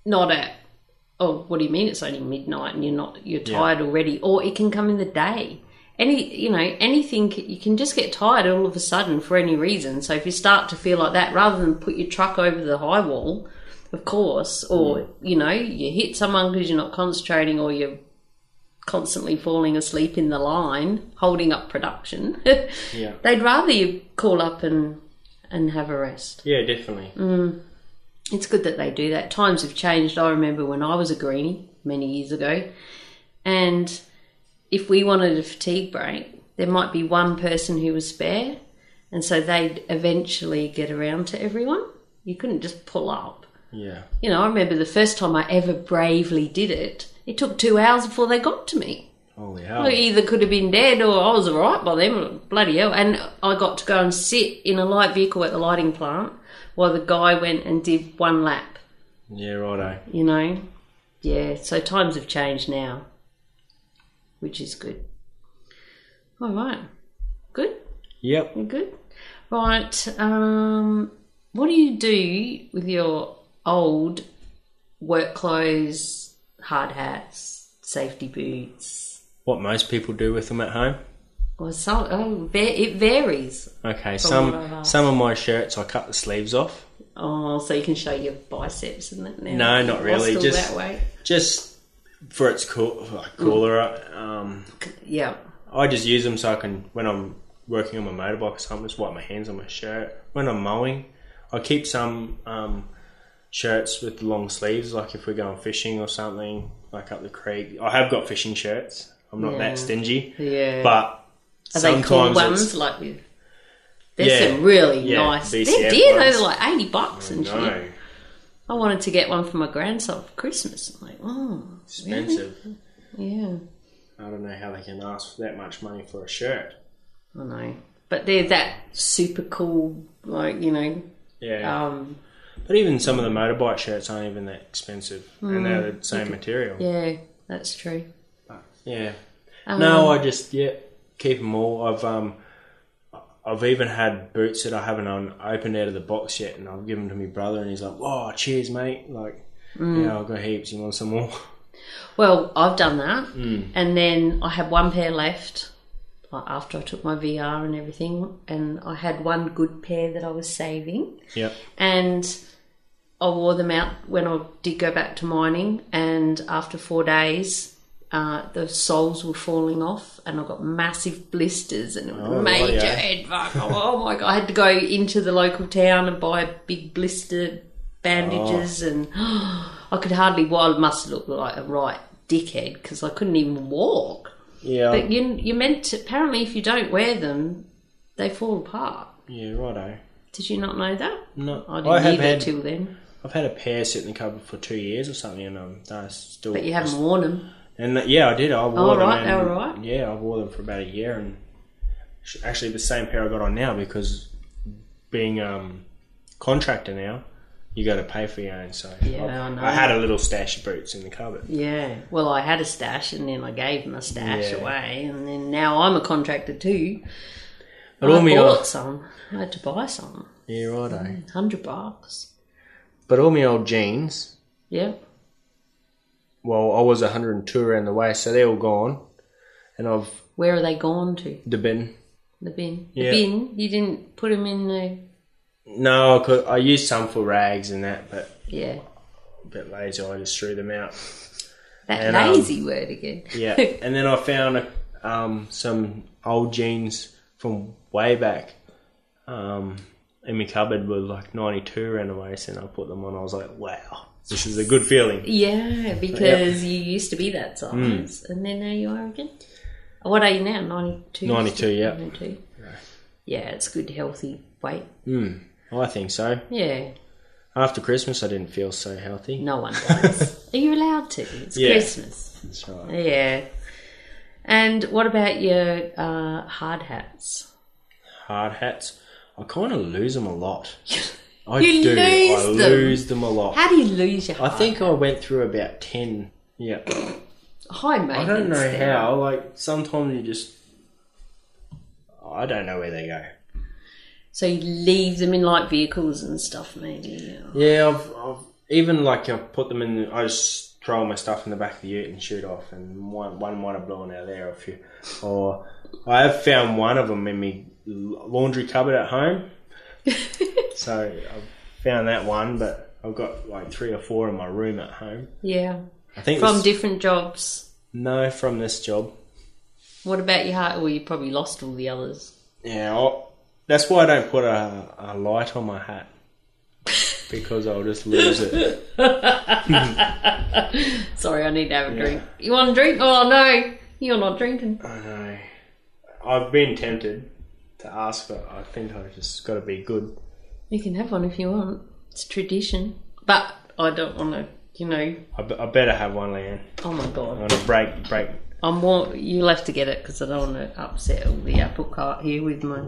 not at oh, what do you mean? It's only midnight and you're not you're tired already, or it can come in the day. Any you know anything you can just get tired all of a sudden for any reason. So if you start to feel like that, rather than put your truck over the high wall, of course, or you know you hit someone because you're not concentrating, or you're constantly falling asleep in the line, holding up production. <laughs> Yeah. They'd rather you call up and and have a rest Yeah, definitely. Mm. it's good that they do that. Times have changed. I remember when I was a greenie many years ago, and if we wanted a fatigue break, there might be one person who was spare, and so they'd eventually get around to everyone. You couldn't just pull up. Yeah. You know, I remember the first time I ever bravely did it, it took two hours before they got to me. Holy hell. I either could have been dead or I was alright by then. Bloody hell. And I got to go and sit in a light vehicle at the lighting plant while the guy went and did one lap Yeah, righto. you know. Yeah, so times have changed now, which is good. All right, good, Yep. you good. Right, um, what do you do with your old work clothes, hard hats, safety boots. What most people do with them at home. Or so, oh, va- it varies. Okay, what I've some asked. some of my shirts I cut the sleeves off. Oh, so you can show your biceps and that now. No, not Or really, still just- that way. Just for its cool, like cooler. Mm. Um, Yeah. I just use them so I can when I'm working on my motorbike or something, just wipe my hands on my shirt. When I'm mowing, I keep some um, shirts with long sleeves, like if we're going fishing or something, like up the creek. I have got fishing shirts. I'm not Yeah. that stingy, Yeah. but Are they sometimes cool it's- ones? Like you? There's Yeah. some really Yeah, nice. They're BCF dear ones. though, they're like eighty bucks and shit. no, I wanted to get one for my grandson for Christmas. I'm like, oh, expensive. yeah, I don't know how they can ask for that much money for a shirt. I know. But they're that super cool, like you know, Yeah, um, but even some of the motorbike shirts aren't even that expensive, and they're the same material. yeah, that's true. Yeah. Um, no, I just yeah keep them all. I've um, I've even had boots that I haven't un- opened out of the box yet, and I've given them to my brother, and he's like, "Whoa, cheers, mate!" Like, Mm. yeah, I've got heaps. You want some more? <laughs> Well, I've done that, and then I had one pair left like after I took my VR and everything, and I had one good pair that I was saving, yep. and I wore them out when I did go back to mining, and after four days. Uh, the soles were falling off, and I got massive blisters and Oh, a major rightio. head fuck. Oh my god! I had to go into the local town and buy big blister bandages, Oh. and <gasps> I could hardly. Well, I must look like a right dickhead because I couldn't even walk. Yeah. But you, you meant to, apparently, if you don't wear them, they fall apart. yeah. Righto. Did you not know that? No, I didn't I have hear that had. till then. I've had a pair sit in the cupboard for two years or something, and um, they're still. But you haven't worn them. And that, yeah, I did. I wore Oh, them. right, and- they were right? Yeah, I wore them for about a year, and sh- actually the same pair I got on now because being um, contractor now, you got to pay for your own. So Yeah, I've- I know. I had a little stash of boots in the cupboard. Yeah. Well, I had a stash and then I gave my stash Yeah. away, and then now I'm a contractor too. But I all me, bought old, some. I had to buy some. yeah, righto. Hundred bucks. But all my old jeans. Yeah. Well, I was 102 around the waist, so they're all gone, and I've Where are they gone to? the bin. The bin. Yeah. The bin. You didn't put them in the. No, I, could, I used some for rags and that, but Yeah. a bit lazy. I just threw them out. That And, um, lazy word again. <laughs> Yeah, and then I found um, some old jeans from way back um, in my cupboard with like 92 around the waist, and I put them on. I was like, wow, this is a good <laughs> feeling. Yeah, because you used to be that size, Hmm. and then now you are again. What are you now? Ninety-two. 92, yeah. Ninety-two. Yeah, it's good, healthy weight. I think so. Yeah, After Christmas, I didn't feel so healthy. no one <laughs> does. are you allowed to? It's Yeah. Christmas. That's right. Yeah. And what about your uh, hard hats? Hard hats. I kind of lose them a <laughs> lot. I You do. I lose them. lose them a lot. How do you lose your? I hard- think I went through about 10. Yeah. high I maintenance. don't know then. how. Like, sometimes you just. I don't know where they go. So you leave them in like vehicles and stuff, maybe. or- Yeah, I've, I've even like I put them in. I just throw my stuff in the back of the ute and shoot off, and one one might have blown out there a few. Or I have found one of them in my laundry cupboard at home, so I've found that one. But I've got like three or four in my room at home. Yeah. I think From it's- different jobs. no from this job. What about your heart? Well, you probably lost all the others. Yeah, I'll, that's why I don't put a, a light on my hat because I'll just lose it. Sorry, I need to have a drink. You want a drink? Oh no, you're not drinking. I know. I've been tempted to ask, but I think I just got to be good. You can have one if you want. It's tradition. But I don't want to. You know. I, be- I better have one, Leanne. Oh my I'm god. gonna break, break. I'm more. You'll have to get it because I don't want to upset all the apple cart here with my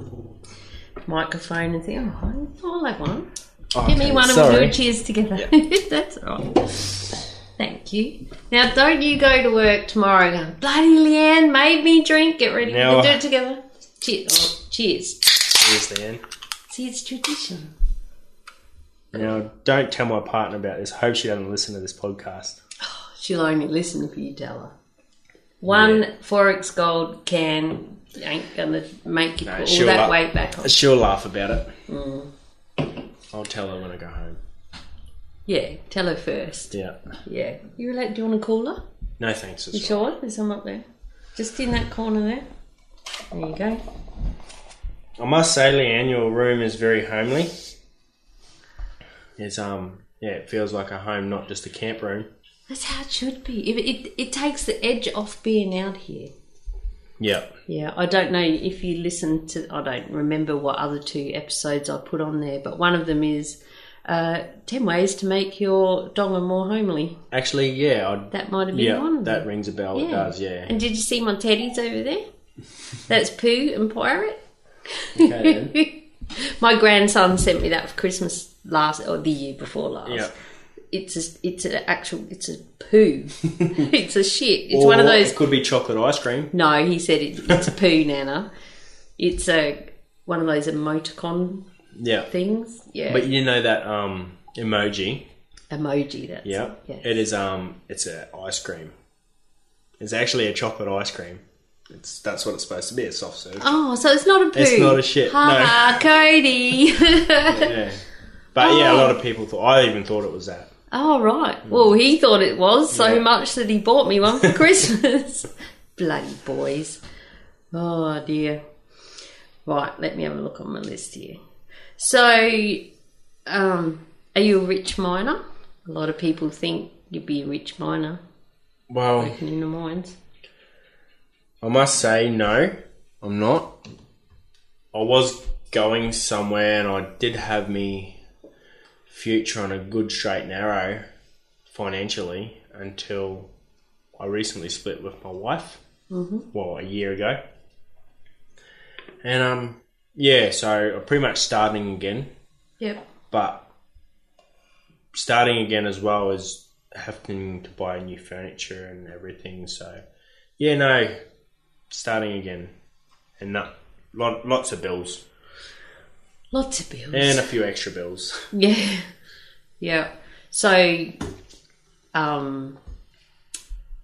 microphone and thing. Oh, I'll have one. Oh, Give me okay, one and we'll do sorry. a cheers together. <laughs> That's all right. Thank you. Now, don't you go to work tomorrow going, bloody Leanne made me drink. Get ready. Now we'll do I- it together. Cheers. Oh, cheers. Cheers, Leanne. See, it's tradition. Now, don't tell my partner about this. I hope she doesn't listen to this podcast. She'll only listen if you tell her. One Forex Gold can ain't going to make you No, put all she'll that laugh- weight back on. She'll laugh about it. Mm. I'll tell her when I go home. Yeah, tell her first. Yeah. Yeah. You relate? Do you want a caller? No thanks. You It's all sure? There's some up there. Just in that corner there. There you go. right. I must say, Leanne, your room is very homely. It's um, yeah, it feels like a home, not just a camp room. That's how it should be. It, it, it takes the edge off being out here. Yeah. Yeah, I don't know if you listen to, I don't remember what other two episodes I put on there, but one of them is uh, 10 ways to make your donga more homely. Actually, yeah, I'd, That might have been yeah, one. of them. that rings a bell. It does, yeah. And did you see my teddies over there? That's Pooh and Pirate. Okay, then. <laughs> my grandson sent me that for Christmas last or the year before last. Yeah. It's a, it's an actual it's a <laughs> poo. it's a shit. It's one of Or those It could be chocolate ice cream. No, he said it, it's a poo nana. It's a one of those emoticon Yeah. things. Yeah. But you know that um emoji. Emoji that's Yeah. it. Yeah. It is um it's a ice cream. It's actually a chocolate ice cream. It's that's what it's supposed to be, a soft serve. Oh, so it's not a poo. It's not a shit, Ha no. ha, Cody. <laughs> Yeah. But yeah, a lot of people thought I even thought it was that. oh right. Well, he thought it was so Hmm. Yeah. much that he bought me one for <laughs> Christmas. Bloody boys. Oh dear. Right, let me have a look on my list here. So, um, are you a rich miner? A lot of people think you'd be a rich miner. Well, in the mines. I must say no, I'm not. I was going somewhere and I did have me future on a good straight narrow financially until I recently split with my wife. Mm-hmm. Well, a year ago. And um yeah, so I'm pretty much starting again, Yep. but starting again as well is having to buy new furniture and everything. So yeah, no, starting again, and no, lot, lots of bills Lots of bills. and a few extra bills. yeah. <laughs> Yeah. So, um,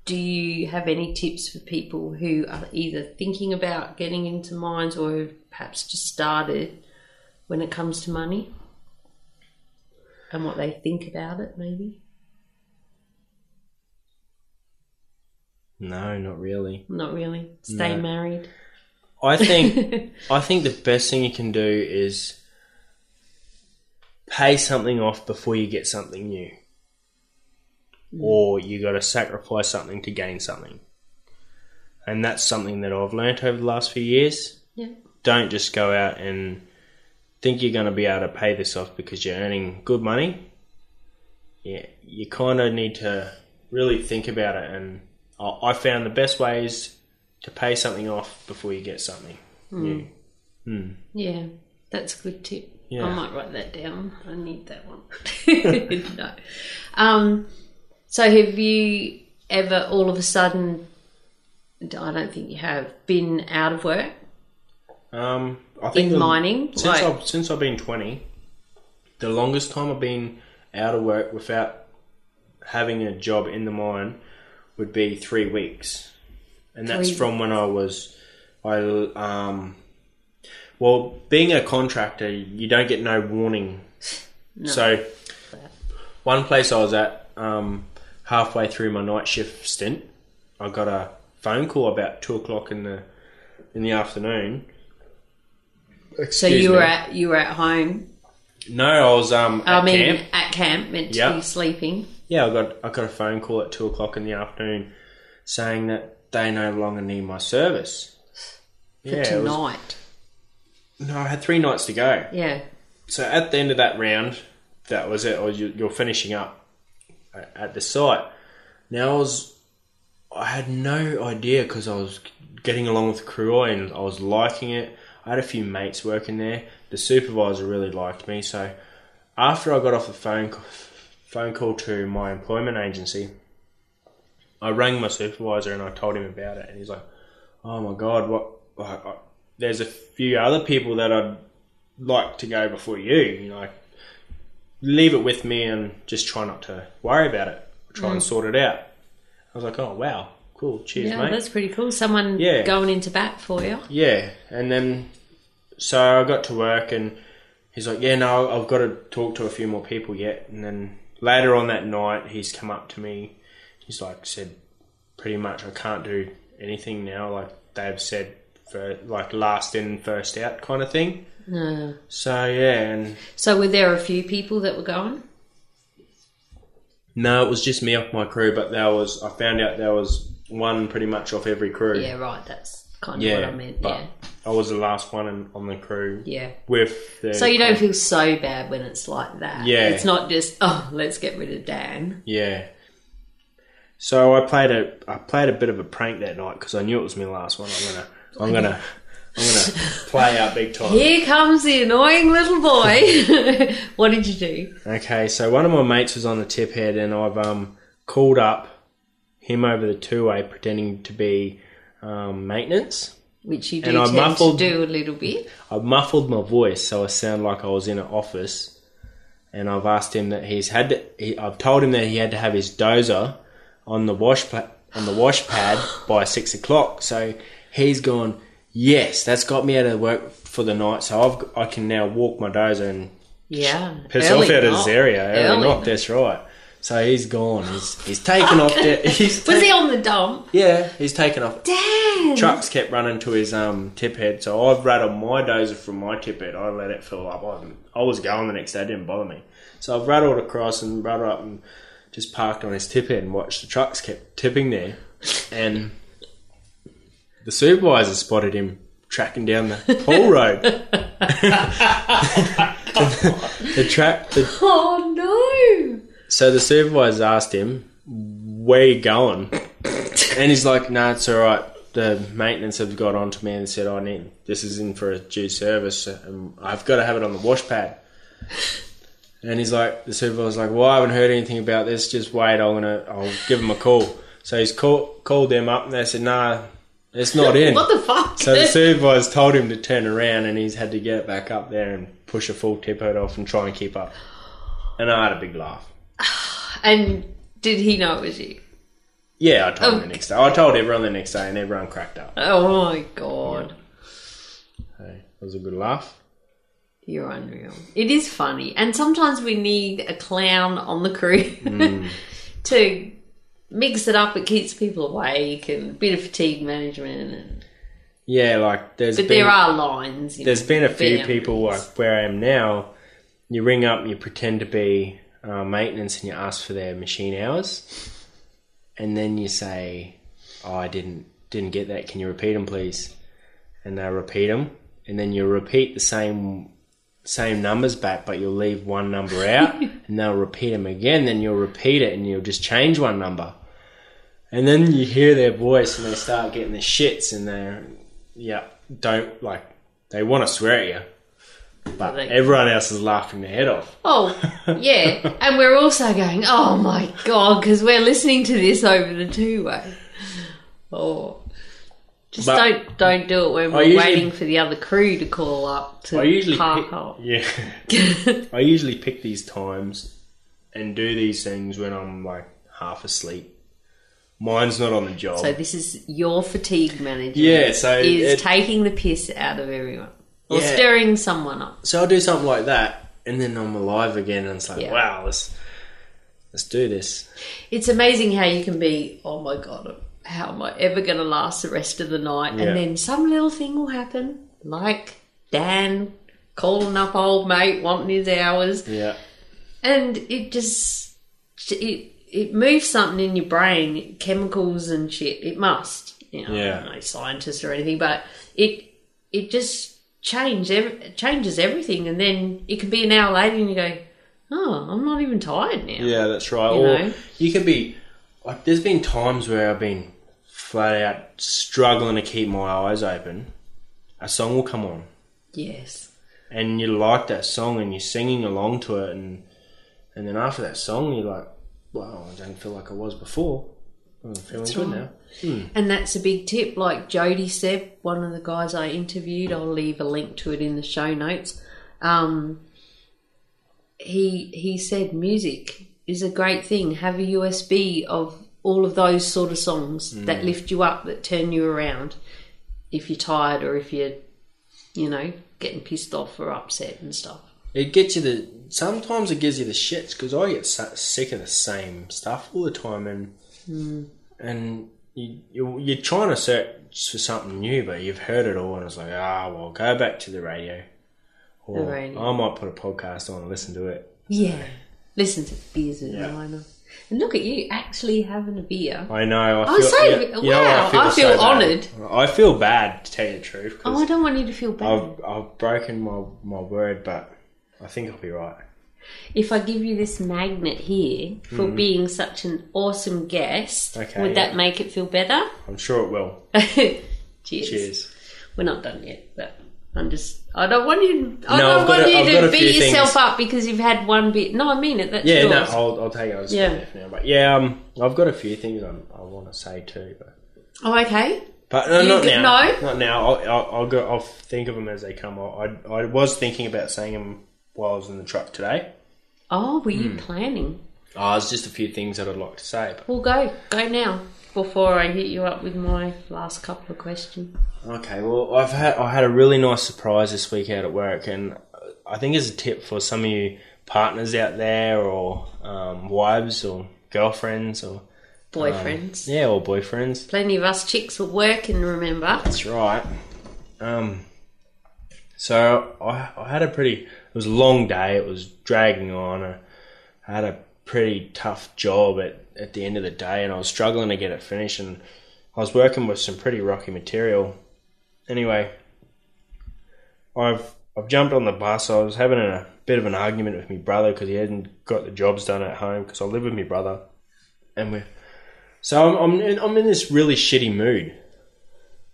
do you have any tips for people who are either thinking about getting into mines or have perhaps just started when it comes to money? And what they think about it, maybe? No, not really. Not really. Stay married. I <laughs> think I think the best thing you can do is pay something off before you get something new. Or you got to sacrifice something to gain something. And that's something that I've learnt over the last few years. <laughs> Yeah. Don't just go out and think you're going to be able to pay this off because you're earning good money. Yeah, you kind of need to really think about it. And I I found the best ways to pay something off before you get something new. Yeah, that's a good tip. Yeah. I might write that down. I need that one. <laughs> no. Um, so, have you ever all of a sudden, I don't think you have, been out of work Um, I think in the- mining? Since Like, I've since I've been twenty, the longest time I've been out of work without having a job in the mine would be three weeks, and that's Three from when I was, I um, well, being a contractor, you don't get no warning. So, one place I was at, um, halfway through my night shift stint, I got a phone call about two o'clock in the in the afternoon. so Excuse you were me. at you were at home. No, I was um. I at mean, camp. at camp, meant to Yeah. be sleeping. yeah, I got I got a phone call at two o'clock in the afternoon saying that they no longer need my service. For Yeah, it was- tonight, no, I had three nights to go. yeah, So at the end of that round, that was it. Or you, you're finishing up a- at the site. Now I was, I had no idea because I was getting along with the crew and I was liking it. I had a few mates working there. The supervisor really liked me. So after I got off the phone c- phone call to my employment agency, I rang my supervisor and I told him about it, and he's like, "Oh my god, what?" Like, I, there's a few other people that I'd like to go before you. You know, leave it with me and just try not to worry about it. Try and sort it out. I was like, oh wow, cool. Cheers, Mm. Yeah, mate. that's pretty cool. Someone Yeah. going into bat for you. Yeah, and then so I got to work, and he's like, "Yeah, no, I've got to talk to a few more people yet." And then later on that night, he's come up to me. He's like, said, "Pretty much, I can't do anything now." Like they've said, for like last in, first out kind of thing. No. So yeah, and Uh, So were there a few people that were going? no, it was just me off my crew, but there was I found out there was one pretty much off every crew. Yeah, right. That's kind of yeah, what I meant. but Yeah, I was the last one in, on the crew yeah. with the So you don't feel so bad when it's like that. Yeah. it's not just oh, let's get rid of Dan. Yeah. So I played a I played a bit of a prank that night because I knew it was my last one. I'm gonna I'm gonna I'm gonna play out big time. Here comes the annoying little boy. <laughs> what did you do? Okay, so one of my mates was on the tip head, and I've um called up him over the two way, pretending to be um, maintenance. Which you do And I tend muffled- to do a little bit. I muffled my voice so I sound like I was in an office, and I've asked him that he's had. To, he, I've told him that he had to have his dozer on the wash pla- on the wash pad by six o'clock. So he's gone. Yes, that's got me out of work for the night. So I've g- I can now walk my dozer and Yeah, piss early off out of knock. this area. Early, Early knock, knock. That's right. So he's gone. He's he's taken off. da- he's Was ta- he on the dump? yeah, he's taken off Dan. <laughs> trucks kept running to his um, tip head, so I've rattled my dozer from my tip head. I let it fill up. I, didn't- I was going the next day, it didn't bother me. So I've rattled across and rattled up and just parked on his tip head and watched the trucks kept tipping there. And the supervisor spotted him tracking down the pool road. <laughs> the track, the Oh no! so the supervisor asked him, "Where you going?" <laughs> and he's like, "No, it's all right. The maintenance have got onto me and said I need this is in for a due service, and I've got to have it on the wash <laughs> pad." And he's like, the supervisor's like, "Well, I haven't heard anything about this. Just wait. I'm gonna, I'll give him a call." So he's call, called them up, and they said, "Nah, it's not in." <laughs> What the fuck? So the supervisor told him to turn around, and he's had to get back up there and push a full tip head off and try and keep up. And I had a big laugh. and did he know it was you? Yeah, I told him the Oh. next day. I told everyone the next day, and everyone cracked up. Oh my god. So it was a good laugh. You're unreal. It is funny. And sometimes we need a clown on the crew Hmm. <laughs> to mix it up. It keeps people awake and a bit of fatigue management. And, Yeah, like there's but been, there are lines. you there's know, been a few boundaries. people like where I am now. You ring up, and you pretend to be uh, maintenance, and you ask for their machine hours, and then you say, oh, "I didn't didn't get that. Can you repeat them, please?" And they repeat them, and then you repeat the same same numbers back, but you'll leave one number <laughs> out, and they'll repeat them again. Then you'll repeat it, and you'll just change one number. And then you hear their voice, and they start getting the shits, and they're yeah, don't like they want to swear at you, but They- everyone else is laughing their head <laughs> off. <laughs> Oh, <laughs> yeah. and we're also going, oh my god, because we're listening to this over the two way. Oh. Just But- don't don't do it when we're usually- waiting for the other crew to call up to I usually park pick, up. <laughs> yeah, I usually pick these times and do these things when I'm like half asleep. Mine's not on the job. So this is your fatigue management. Oh. yeah, so is it- taking the piss out of everyone or Yeah. stirring someone up. so I'll do something like that, and then I'm alive again, and it's like, Yeah. wow, let's let's do this. It's amazing how you can be. Oh my god, how am I ever going to last the rest of the night? Yeah. And then some little thing will happen, like Dan calling up old mate wanting his hours, Yeah, and it just it it moves something in your brain, chemicals and shit. It must. You know, Yeah. I'm no scientist or anything, but it it just changes ev- changes everything, and then it can be an hour later, and you go, "Oh, I'm not even tired now." yeah, that's right. You or know? you can be like, there's been times where I've been flat out struggling to keep my eyes open. A song will come on, Yes. and you like that song, and you're singing along to it, and and then after that song, you're like, wow, I don't feel like I was before. I'm feeling good right. now. And that's a big tip. Like Jody said, one of the guys I interviewed, I'll leave a link to it in the show notes. Um, he he said music is a great thing. Have a USB of all of those sort of songs Mm. that lift you up, that turn you around if you're tired or if you're, you know, getting pissed off or upset and stuff. It gets you the. Sometimes it gives you the shits because I get so, sick of the same stuff all the time, and Hmm. and you, you you're trying to search for something new, but you've heard it all, and it's like ah, well, go back to the radio, or The radio. I might put a podcast on and listen to it. Yeah. Listen to beers with Yeah. Lionel. And look at you actually having a beer. I know. I Oh, feel, so- yeah, you know, wow, I feel so bad. honoured. I feel bad to tell you the truth. Oh, I 'cause don't want you to feel bad. I've I've broken my my word, but I think I'll be right. if I give you this magnet here for being such an awesome guest, Mm. Okay, would that yeah. make it feel better? <laughs> I'm sure it will. Cheers. Cheers. We're not done yet, but I'm just. I don't want you. I No, don't I've got want a- I've you got to a beat few yourself things. up because you've had one bit. No, I mean it. That's Yeah, no, yours. I'll I'll take it. I'll just Yeah. yeah. it for now. But yeah, um, I've got a few things I'm, I want to say too, but Oh, okay. but no, You not g- now. no? Not now. I'll, I'll, I'll go. I'll think of them as they come. I I, I was thinking about saying them while I was in the truck today. Oh, were Hmm. you planning? Ah, it's just a few things that I'd like to say. But Well, go go now before I hit you up with my last couple of questions. Okay, well, I've had I had a really nice surprise this week out at work, and uh, I think it's a tip for some of you partners out there, or um, wives, or girlfriends, or Boyfriends, yeah, or boyfriends. plenty of us chicks are working. <laughs> Remember? <gasps> That's right. Um, so I, I had a pretty. It was a long day. It was dragging on. I I had a pretty tough job at at the end of the day, and I was struggling to get it finished. And I was working with some pretty rocky material. Anyway, I've I've jumped on the bus. I was having a bit of an argument with my brother because he hadn't got the jobs done at home because I live with my brother, and we're. So I'm I'm in, I'm in this really shitty mood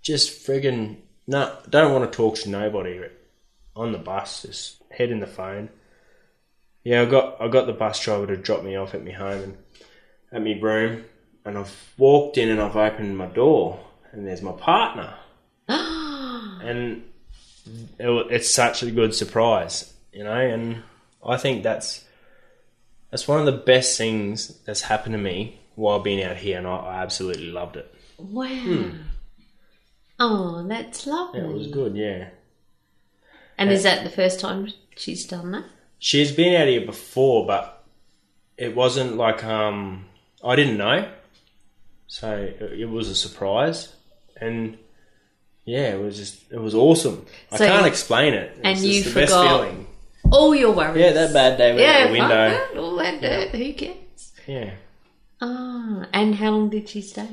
just friggin' no, don't want to talk to nobody on the bus. Just head in the phone. Yeah, I got I got the bus driver to drop me off at me home and at me room, and I've walked in and I've opened my door, and there's my partner, and it, wa- it's such a good surprise, you know. And I think that's that's one of the best things that's happened to me while being out here, and I, I absolutely loved it. Wow. Oh, that's lovely. Hmm. Yeah, it was good. Yeah. And is that the first time she's done that? she's been out here before, but it wasn't like um I didn't know, so it, it was a surprise, and yeah, it was just it was awesome. I So- can't explain it. It's and just you the forgot- best feeling. All your worries. Yeah, that bad day we yeah, the Yeah, fuck window. that, all that dirt. Who cares? Yeah. Ah, and how long did she stay?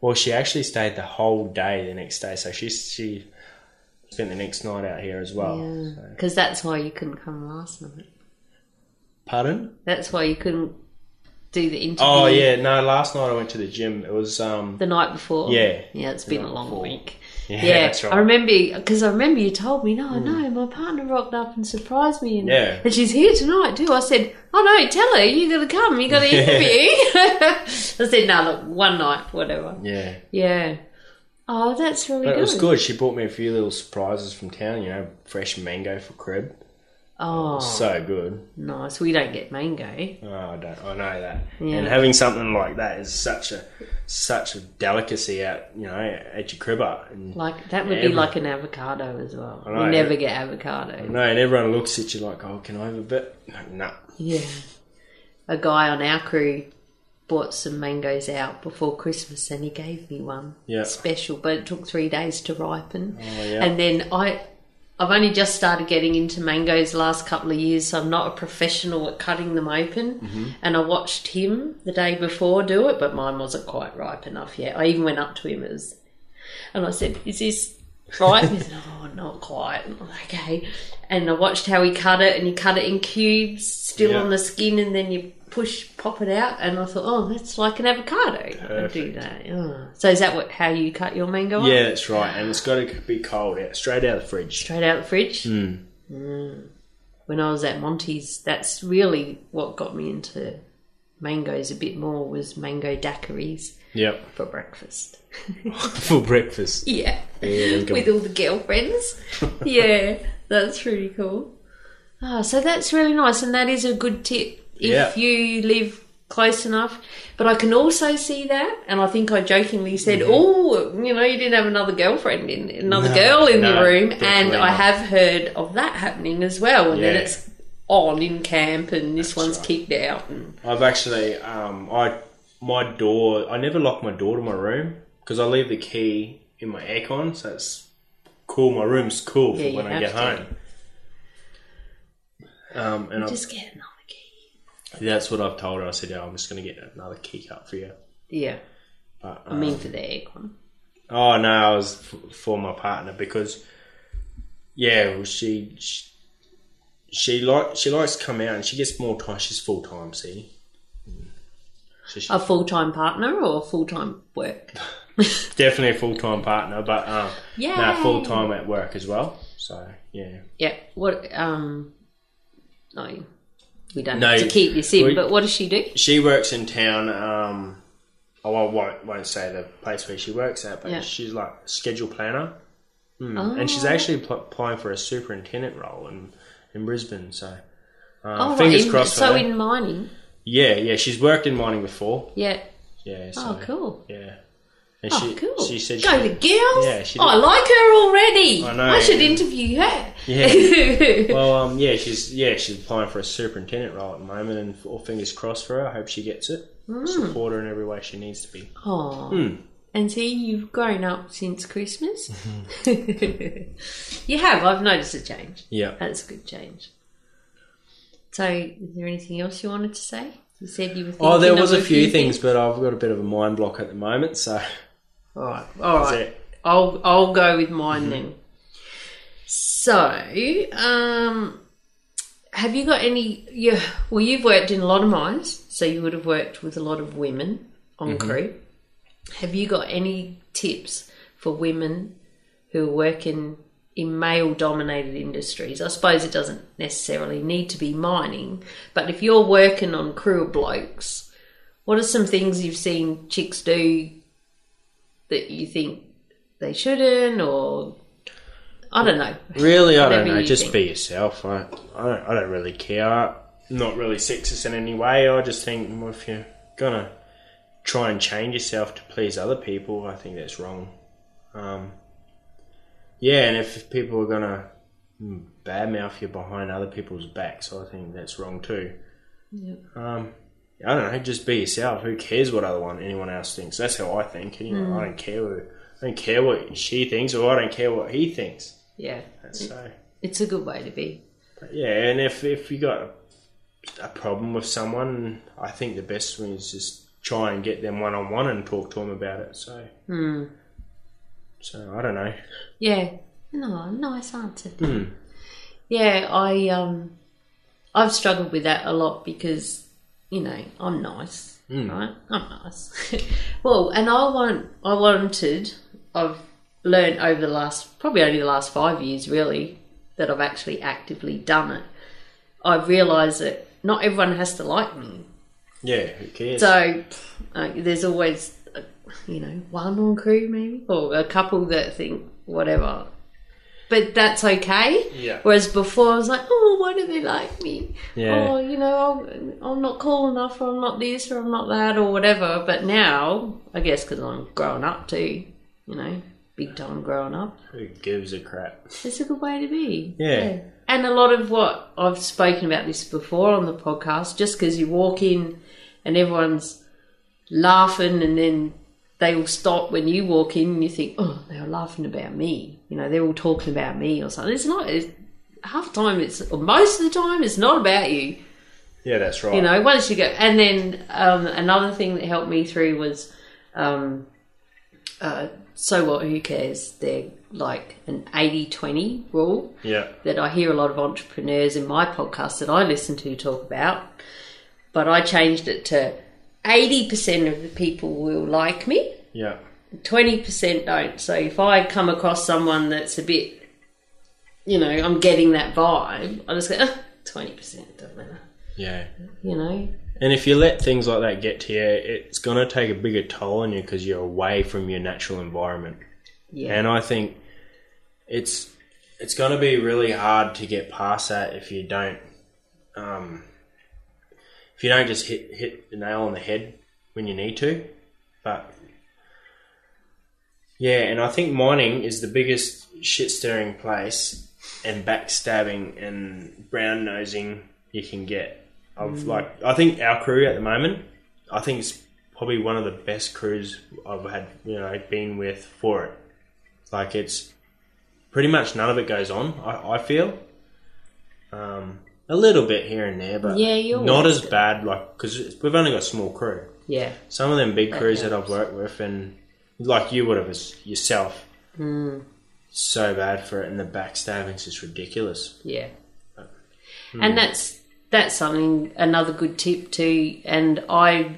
Well, she actually stayed the whole day the next day, so she she spent the next night out here as well. Oh, So- Because that's why you couldn't come last night. Pardon? That's why you couldn't do the interview. Oh yeah, no. Last night I went to the gym. It was um The night before. Yeah. Yeah, it's been a night long before. week. yeah, that's right. Hmm. I remember because I remember you told me, no, no, my partner rocked up and surprised me, and, Yeah. and she's here tonight too. I said, oh no, tell her you got to come, you got <laughs> to interview. <laughs> I said, no, look, one night, whatever. yeah. Yeah. Oh, that's really But good. it was good. She bought me a few little surprises from town. You know, fresh mango for crib. Oh, So good. nice. We don't get mango. Oh, I don't. I know that. Yeah. And having something like that is such a such a delicacy out. You know, at your cribber. And, Like that would Yeah, be but- like an avocado as well. know, we never yeah. get avocado. no, and everyone looks at you like, "Oh, can I have a bit?" Like, nah. Yeah. A guy on our crew bought some mangoes out before Christmas and he gave me one. Yeah. Oh, Special, but it took three days to ripen. yeah. And then I I've only just started getting into mangoes last couple of years, so I'm not a professional at cutting them open. Mm-hmm. And I watched him the day before do it, but mine wasn't quite ripe enough yet. I even went up to him as and I said, Is this right? And he said, Oh, not quite. And I'm like, okay. And I watched how he cut it, and he cut it in cubes, still Yeah. on the skin, and then you push, pop it out. And I thought, Oh, that's like an avocado. I do that. Oh. So is that what how you cut your mango? up? Yeah, that's right. And it's got to be cold out, straight out of the fridge. straight out of the fridge. Mm. When I was at Monty's, that's really what got me into mangoes a bit more was mango daiquiris Yep. <laughs> for breakfast. <laughs> for breakfast. Yeah, there you go. with all the girlfriends. <laughs> yeah, that's really cool. Ah, so that's really nice, and that is a good tip if Yeah. you live close enough. But I can also see that, and I think I jokingly said, "Oh, you know, you didn't have another girlfriend in another No, girl in no, the room," and definitely I not. have heard of that happening as well. And then Yeah. it's on in camp, and this one's right. kicked out. And, I've actually, um, I my door. I never lock my door to my room because I leave the key in my aircon, so it's cool. My room's cool Yeah, for you when I have get to. home. Um, and I've, just get another key. that's what I've told her. I said, "Yeah, I'm just going to get another key cut for you." Yeah, But, um, I mean for the aircon. Oh no, I was f- for my partner because yeah, well, she she, she like she likes to come out and she gets more time. She's full time, see. So she's A full time partner or full time work? definitely a full time partner, but um, Yay. no, full time at work as well. So yeah, Yeah. What? Um. No, we don't No, have to keep this in. we- but what does she do? she works in town. Um, oh, I won't won't say the place where she works at, but Yeah. she's like a schedule planner, Mm, Oh. and she's actually pl- applying for a superintendent role in in Brisbane. So. Uh, Oh, right, fingers in- crossed. for So her. in mining, Yeah, yeah, she's worked in mining before. yeah. Yeah. So, Oh, cool. Yeah. And Oh, she, cool. She said Go she, to girls. Yeah, she Oh, I did. like her already. I I, know. should interview her. <laughs> well, um, yeah, she's yeah, she's applying for a superintendent role at the moment, and all fingers crossed for her. I hope she gets it. Support her in every way she needs to be. oh. hmm. And see, you've grown up since <laughs> Christmas. <laughs> you have. I've noticed a change. Yeah. That's a good change. So, is there anything else you wanted to say? You said you were. Thinking Oh, there of was a few things, but I've got a bit of a mind block at the moment, so All right. All that's right. it. Mm-hmm. I'll I'll go with mine then. So, um, have you got any? Yeah, well, you've worked in a lot of mines, so you would have worked with a lot of women on Mm-hmm. crew. Have you got any tips for women who work in in male dominated industries? I suppose it doesn't necessarily need to be mining, but if you're working on crew of blokes, what are some things you've seen chicks do that you think they shouldn't or I don't know. Really, I Whatever don't know. you Just think. be yourself. I, I don't. I don't really care. I'm not really sexist in any way. I just think well, if you're gonna try and change yourself to please other people, I think that's wrong. Um, yeah, and if people are gonna mm, badmouth you behind other people's backs, I think that's wrong too. Um, I don't know. Just be yourself. Who cares what other one anyone else thinks? That's how I think. Anyway, Hmm. I don't care. What, I don't care what she thinks, or I don't care what he thinks. Yeah. So. It's a good way to be. Yeah, and if if you got a problem with someone, I think the best thing is just try and get them one on one and talk to them about it. So, Hmm. so I don't know. Yeah. No, nice answer. Yeah, I um I've struggled with that a lot because, you know, I'm nice. Right? I'm nice. <laughs> well, and I want I wanted I've learned over the last probably only the last five years really that I've actually actively done it. I've realised that not everyone has to like me. Yeah, who cares? So uh, there's always, uh, you know, one on crew maybe, or a couple that think whatever. But that's okay. Yeah. Whereas before I was like, oh, why do they like me? Yeah. Oh, you know, I'm, I'm not cool enough, or I'm not this, or I'm not that, or whatever. But now, I guess because I'm growing up too, you know, big time growing up who gives a crap? it's a good way to be. Yeah. And a lot of what I've spoken about this before on the podcast, just because you walk in and everyone's laughing and then they all stop when you walk in and you think, oh, they were laughing about me. You know, they're all talking about me or something. It's not, it's, half the time it's, or most of the time, it's not about you. Yeah, that's right. You know, once you go, and then um, another thing that helped me through was, um, uh, so what? Who cares? They're like an 80-20 rule yeah, that I hear a lot of entrepreneurs in my podcast that I listen to talk about. But I changed it to 80% of the people will like me, yeah, 20% don't. So if I come across someone that's a bit, you know, I'm getting that vibe, I just go, "Ah, 20% doesn't matter, yeah. you know. And if you let things like that get to you, it's gonna take a bigger toll on you because you're away from your natural environment. Yeah. And I think it's it's going to be really hard to get past that if you don't um, if you don't just hit hit the nail on the head when you need to. But yeah, and I think mining is the biggest shit stirring place and backstabbing and brown nosing you can get. Mm. I've like I think our crew at the moment, I think it's probably one of the best crews I've had, you know, been with for it. Like it's pretty much none of it goes on, I, I feel. Um a little bit here and there, but Yeah, you not always as do. bad. Like because we've only got a small crew Yeah. some of them big crews that I've helps. worked with, and like you would have as yourself, Mm. so bad for it, and the backstabbing's just ridiculous. Yeah. Hmm. And that's that's something another good tip too and I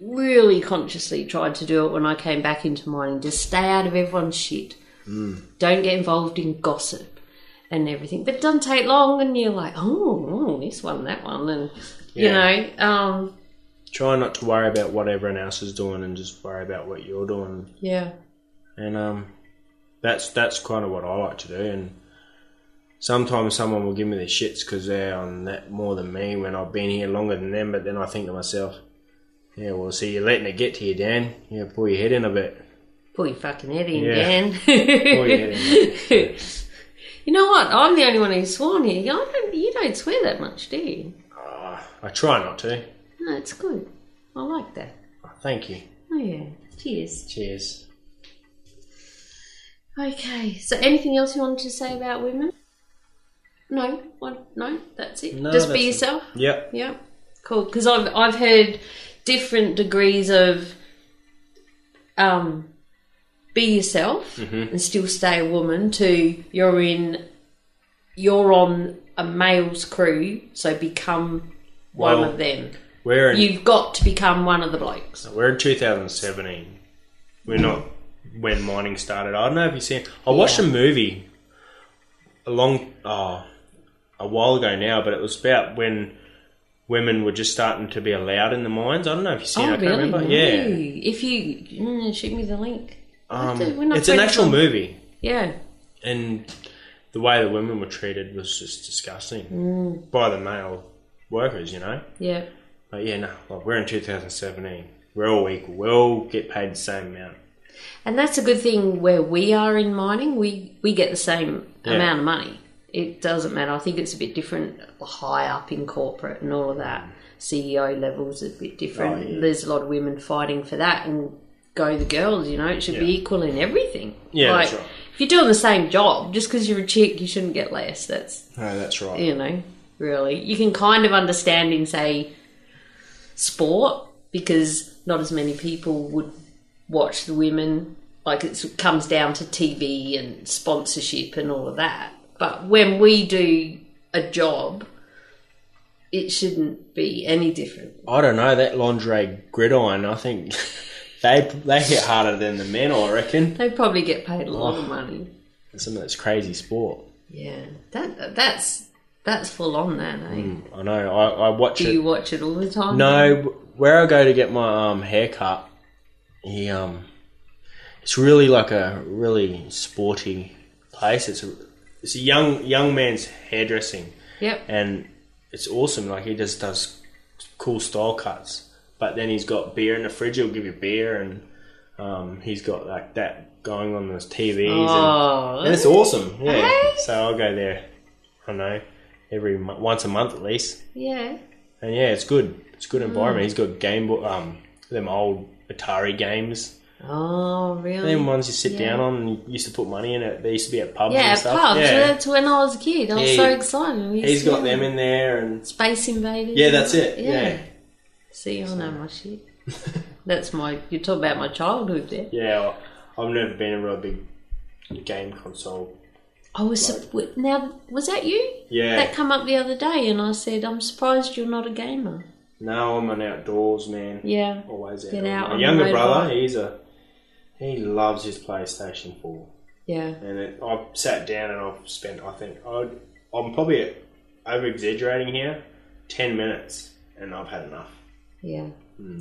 really consciously tried to do it when I came back into mining just stay out of everyone's shit. Hmm. Don't get involved in gossip and everything. But it doesn't take long and you're like, "Oh, oh, this one, that one." And you Yeah. know, um Try not to worry about what everyone else is doing, and just worry about what you're doing. yeah. And um, that's that's kind of what I like to do. And sometimes someone will give me the shits because they're on that more than me when I've been here longer than them. But then I think to myself, yeah, well, see, you're letting it get to you, Dan. Yeah, pull your head in a bit. Pull your fucking head in, Yeah. Dan. Pull your head in. <laughs> You know what? I'm the only one who's sworn here. You don't, you don't swear that much, do you? Ah, I try not to. Ah, No, it's good. I like that. Thank you. Oh yeah. Cheers. Cheers. Okay. So, anything else you wanted to say about women? No. What? No. That's it. No, Just be that's it. yourself. Yep. Yeah. Cool. Because I've I've heard different degrees of um, be yourself Mm-hmm. and still stay a woman. To you're in, you're on a male's crew, so become one Well, of them. We're in, You've got to become one of the blokes. we're in 2017. We're not when mining started. I don't know if you've seen. I watched a movie a long oh, a while ago now, but it was about when women were just starting to be allowed in the mines. I don't know if you've seen. it. I can't remember. Yeah, No. Oh, If you mm, shoot me the link, I um, don't- we're not it's an friends actual on- movie, Yeah, and the way the women were treated was just disgusting Mm. by the male workers. You know. yeah, But yeah, no, like we're in 2017. We're all equal. We all get paid the same amount. and that's a good thing where we are in mining. We we get the same Yeah. amount of money. It doesn't matter. I think it's a bit different high up in corporate and all of that. CEO levels a bit different. Oh, yeah. There's a lot of women fighting for that, and go the girls. You know, it should be equal in everything. Yeah, like that's right. if you're doing the same job, just because you're a chick, you shouldn't get less. That's No, Oh, that's right. you know, really. You can kind of understand in, say, sport because not as many people would watch the women. Like it's, it comes down to TV and sponsorship and all of that. But when we do a job, it shouldn't be any different. I don't know that lingerie gridiron. I think <laughs> they they hit harder than the men. I reckon. They probably get paid a lot of Oh. money. Some of that's crazy sport. Yeah, that that's that's full on. That eh? I know. I, I watch do it. you watch it all the time? Mm. No, where I go to get my um haircut, he um, it's really like a really sporty place. It's a it's a young young man's hairdressing. Yep. and it's awesome. Like he just does cool style cuts, but then he's got beer in the fridge. He'll give you beer, and um, he's got like that going on his TVs, Oh, and, and it's awesome. Yeah, Hey. so I'll go there. I know every mo- once a month at least, yeah. and yeah, it's good. It's a good Mm. environment. He's got game book, um, them old Atari games. Oh, really? Them ones you sit down on and you used to put money in it. They used to be at pubs Yeah, and stuff. pubs. yeah, That's when I was a kid. I was Yeah, so he- excited. We he's used to got have them in there, and Space Invaders. yeah, that's it. yeah. See, I know my shit. <laughs> that's my. You talk about my childhood there. Yeah, I- I've never been a real big game console. I was sup- now. Was that you? Yeah. That come up the other day, and I said, "I'm surprised you're not a gamer." No, I'm an outdoors man. Yeah. Always outdoors. Get out on My the younger motorbike. brother, he's a he loves his PlayStation 4, Yeah. and it, I've sat down and I've spent I think i I'm probably over exaggerating here, ten minutes, and I've had enough. Yeah. Hmm.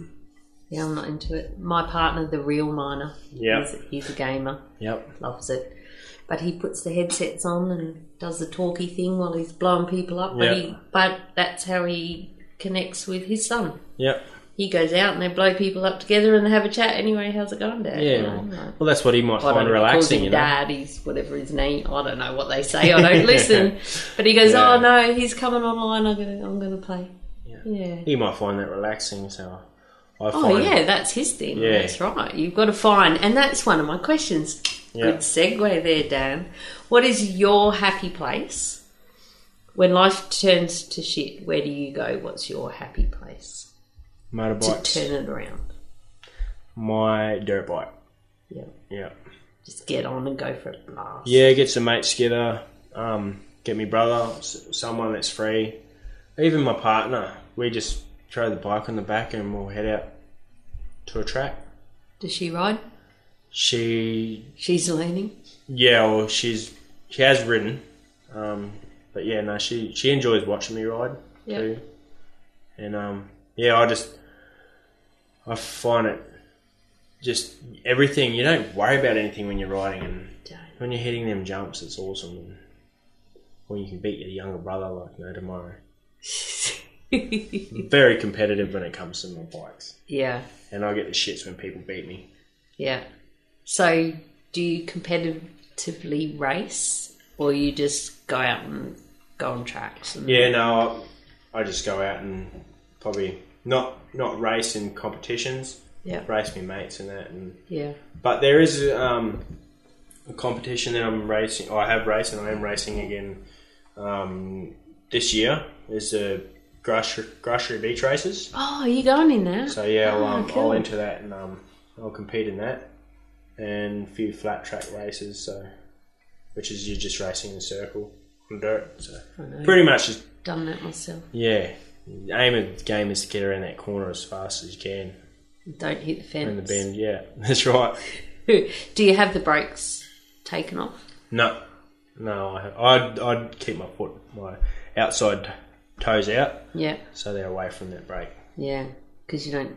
Yeah, I'm not into it. My partner, the real miner. Yeah. He's, he's a gamer. Yep. loves it. But he puts the headsets on and does the talky thing while he's blowing people up. But Yeah. he, but that's how he connects with his son. Yep. He goes out and they blow people up together and they have a chat anyway. How's it going, Dad? Yeah. You know, like, Well, that's what he might I don't find know, calls him relaxing, you know. Dad, he's whatever his name. I don't know what they say. I <laughs> don't <laughs> listen. But he goes, Yeah. "Oh no, he's coming online. I'm gonna, I'm gonna play." Yeah. Yeah. He might find that relaxing, so I find. Oh yeah, that's his thing. Yeah. That's right. You've got to find, and that's one of my questions. Yeah. Good segue there, Dan. What is your happy place when life turns to shit? Where do you go? What's your happy place Motorbikes. to turn it around? My dirt bike. Yeah, Yeah. just get on and go for a blast. Yeah, get some mates together. Um, get me brother, s- someone that's free, even my partner. We just throw the bike on the back and we'll head out to a track. Does she ride? She, She's learning. yeah, well, she's she has ridden, um, but yeah, no, she she enjoys watching me ride Yeah. too. And um, yeah, I just I find it just everything. You don't worry about anything when you're riding and. Don't. When you're hitting them jumps, it's awesome. And when you can beat your younger brother like no tomorrow. Very competitive when it comes to my bikes. yeah. And I get the shits when people beat me. Yeah. So, do you competitively race, or you just go out and go on tracks? And, Yeah, no, I, I just go out and probably not not race in competitions, yeah, race me mates and that. And yeah, but there is um, a competition that I'm racing. I have raced and I am racing again um, this year. Is the Grusher Grushery Beach races. Oh, are you going in there? So yeah, I'll, Ah, um, cool. I'll enter that and um, I'll compete in that and a few flat track races. So, which is you're just racing in a circle on dirt. So know. pretty much, just, Done that myself. yeah. The aim of the game is to get around that corner as fast as you can Don't hit the fence. in the bend. Yeah, <laughs> that's right. Do you have the brakes taken off? No, no, I have, I'd I'd keep my foot my outside toes out Yeah, so they're away from that brake. yeah, because you don't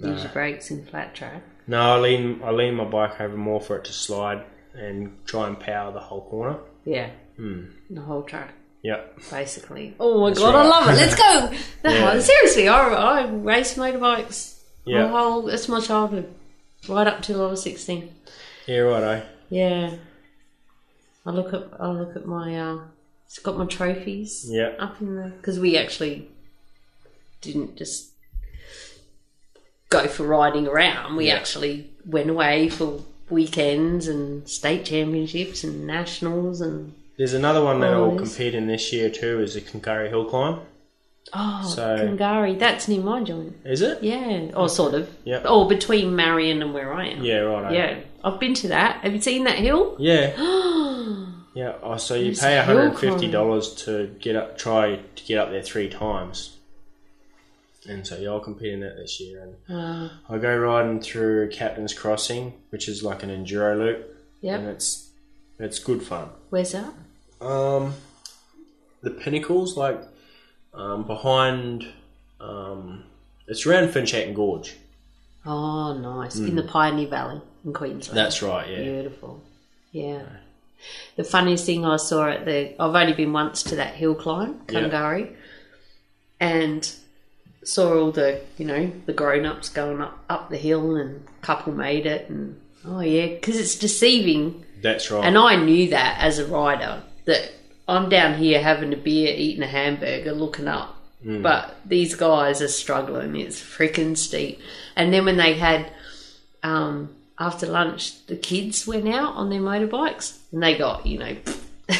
use your brakes in flat track. No, I lean I lean my bike over more for it to slide and try and power the whole corner. Yeah, the whole track. Yep. Basically, oh my god, Hmm. right. I love it. Let's go! <laughs> No, Yeah. seriously, I, I race motorbikes Yeah. My whole, that's my childhood, right up till I was sixteen. Yeah, righto. Yeah, I look at I look at my uh, it's got my trophies. Yeah. up in the because we actually didn't just go for riding around. We Yeah. actually went away for weekends and state championships and nationals and There's another one that I'll Always. compete in this year too. Is the Kinkari Hill Climb? oh, So- Kangari. That's near my joint. Is it? Yeah, or sort of. Yep. Or between Marion and where I am. Yeah, right. Yeah, I've been to that. Have you seen that hill? <gasps> Yeah. yeah. Oh, so you It's pay a hill $150 to get up, try to get up there three times. And so yeah, I'll compete in that this year. And Uh, I go riding through Captain's Crossing, which is like an enduro loop, and yeah. it's it's good fun. Where's that? Um, the pinnacles, like um, behind, um, it's around Finchhaken Gorge. Oh, nice. Mm. In the Pioneer Valley in Queensland. That's right. Yeah. Beautiful. Yeah. The funniest thing I saw at the I've only been once to that hill climb, Yeah. Kungari, and saw all the you know the grown ups going up up the hill and couple made it and oh yeah because it's deceiving That's right. and I knew that as a rider that I'm down here having a beer eating a hamburger looking up but these guys are struggling it's freaking steep and then when they had um, after lunch, the kids went out on their motorbikes and they got, you know, <laughs> a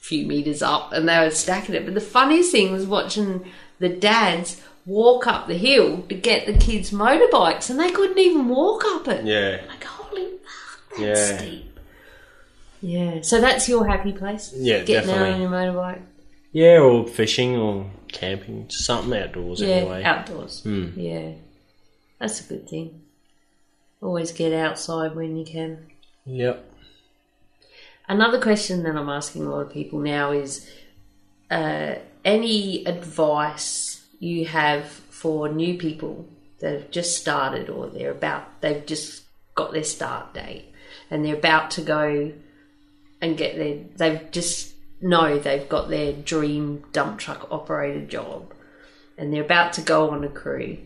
few meters up and they were stacking it. But the funniest thing was watching the dads walk up the hill to get the kids' motorbikes and they couldn't even walk up it. yeah. Like, holy fuck, that's Yeah. steep. Yeah. So that's your happy place? Yeah, Getting out on definitely. your motorbike. Yeah, or fishing or camping, something outdoors Yeah, anyway. Hmm. outdoors. Yeah. That's a good thing. Always get outside when you can. Yep. Another question that I'm asking a lot of people now is uh, any advice you have for new people that have just started or they're about, they've just got their start date and they're about to go and get their, they've just know they've got their dream dump truck operator job and they're about to go on a cruise.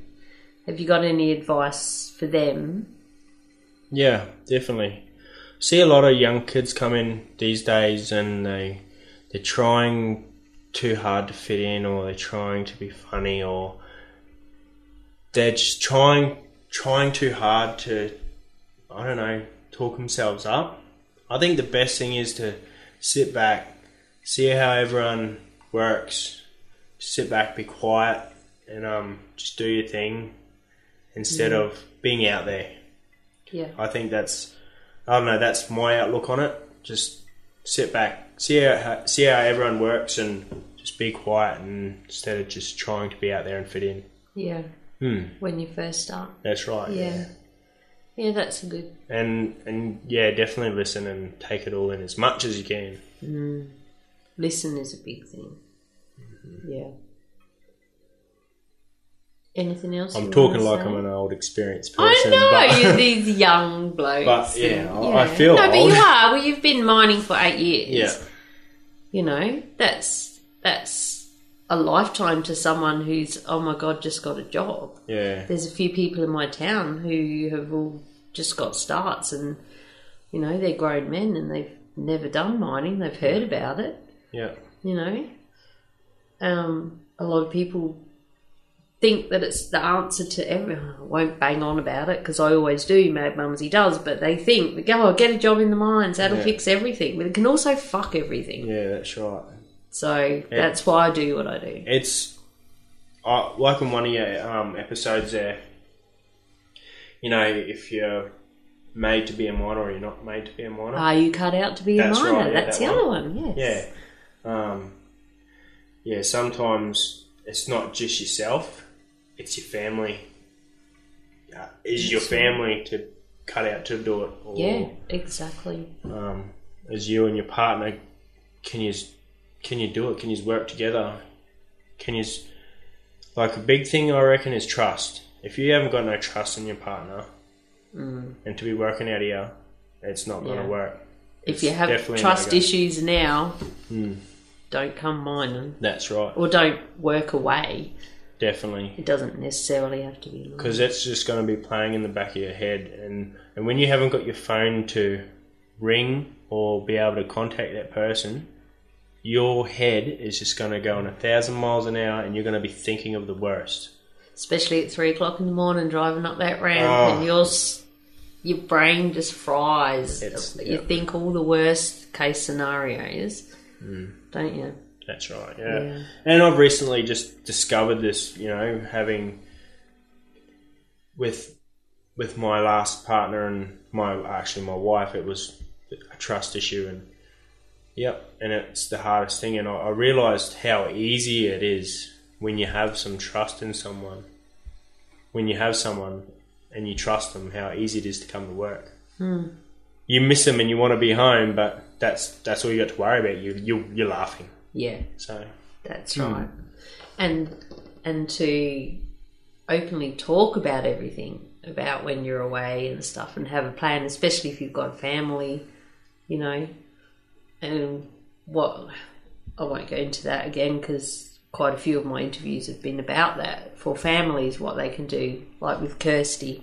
Have you got any advice for them? Yeah, definitely. See a lot of young kids come in these days, and they they're trying too hard to fit in, or they're trying to be funny, or they're just trying trying too hard to I don't know talk themselves up. I think the best thing is to sit back, see how everyone works, sit back, be quiet, and um, just do your thing instead of being out there. Yeah. I think that's I don't know. That's my outlook on it. Just sit back, see how see how everyone works, and just be quiet and instead of just trying to be out there and fit in. Yeah. Hmm. When you first start. That's right. Yeah. Yeah, that's a good. And and yeah, definitely listen and take it all in as much as you can. Listen is a big thing. Yeah. Anything else? I'm you talking wanna like say? I'm an old, experienced person. I <laughs> know But, these young blokes. but yeah, and, I, you I know. feel No, old. but you are. Well, you've been mining for eight years. <laughs> Yeah. You know, that's that's a lifetime to someone who's oh my god, just got a job Yeah. there's a few people in my town who have all just got starts and you know they're grown men and they've never done mining they've heard about it Yeah. you know um, a lot of people think that it's the answer to everyone I won't bang on about it because I always do mad mumsy does but they think like, oh get a job in the mines that'll Yeah. fix everything but it can also fuck everything Yeah, that's right. so that's why I do what I do it's I like in one of your um, episodes there. You know, if you're made to be a miner or you're not made to be a miner. are you cut out to be That's a miner right, yeah, that's that the other one yes yeah, um, yeah. Sometimes it's not just yourself; it's your family. Uh, is your family to cut out to do it, or yeah exactly um, is you and your partner? Can you can you do it? Can you work together? Can you like a big thing? I reckon is trust. If you haven't got no trust in your partner, and to be working out here, it's not going Yeah. to work. if It's you have definitely Hmm. trust no-go. issues now, don't come mining That's right. or don't work away. Definitely. It doesn't necessarily have to be long. because that's just going to be playing in the back of your head and and when you haven't got your phone to ring or be able to contact that person your head is just going to go on a thousand miles an hour and you're going to be thinking of the worst especially at three o'clock in the morning driving up that ramp Oh. and your s- your brain just fries. It's- you yeah. think all the worst case scenarios, Hmm. don't you? that's right yeah. Yeah. and i've recently just discovered this you know having with with my last partner and my actually my wife it was a trust issue and Yep, and it's the hardest thing. And I, I realised how easy it is when you have some trust in someone. When you have someone and you trust them, how easy it is to come to work. You miss them and you want to be home, but that's that's all you got to worry about. You you you're laughing. Yeah, So that's right. And and to openly talk about everything about when you're away and stuff and have a plan especially if you've got family you know and what i won't go into that again because quite a few of my interviews have been about that for families what they can do like with kirsty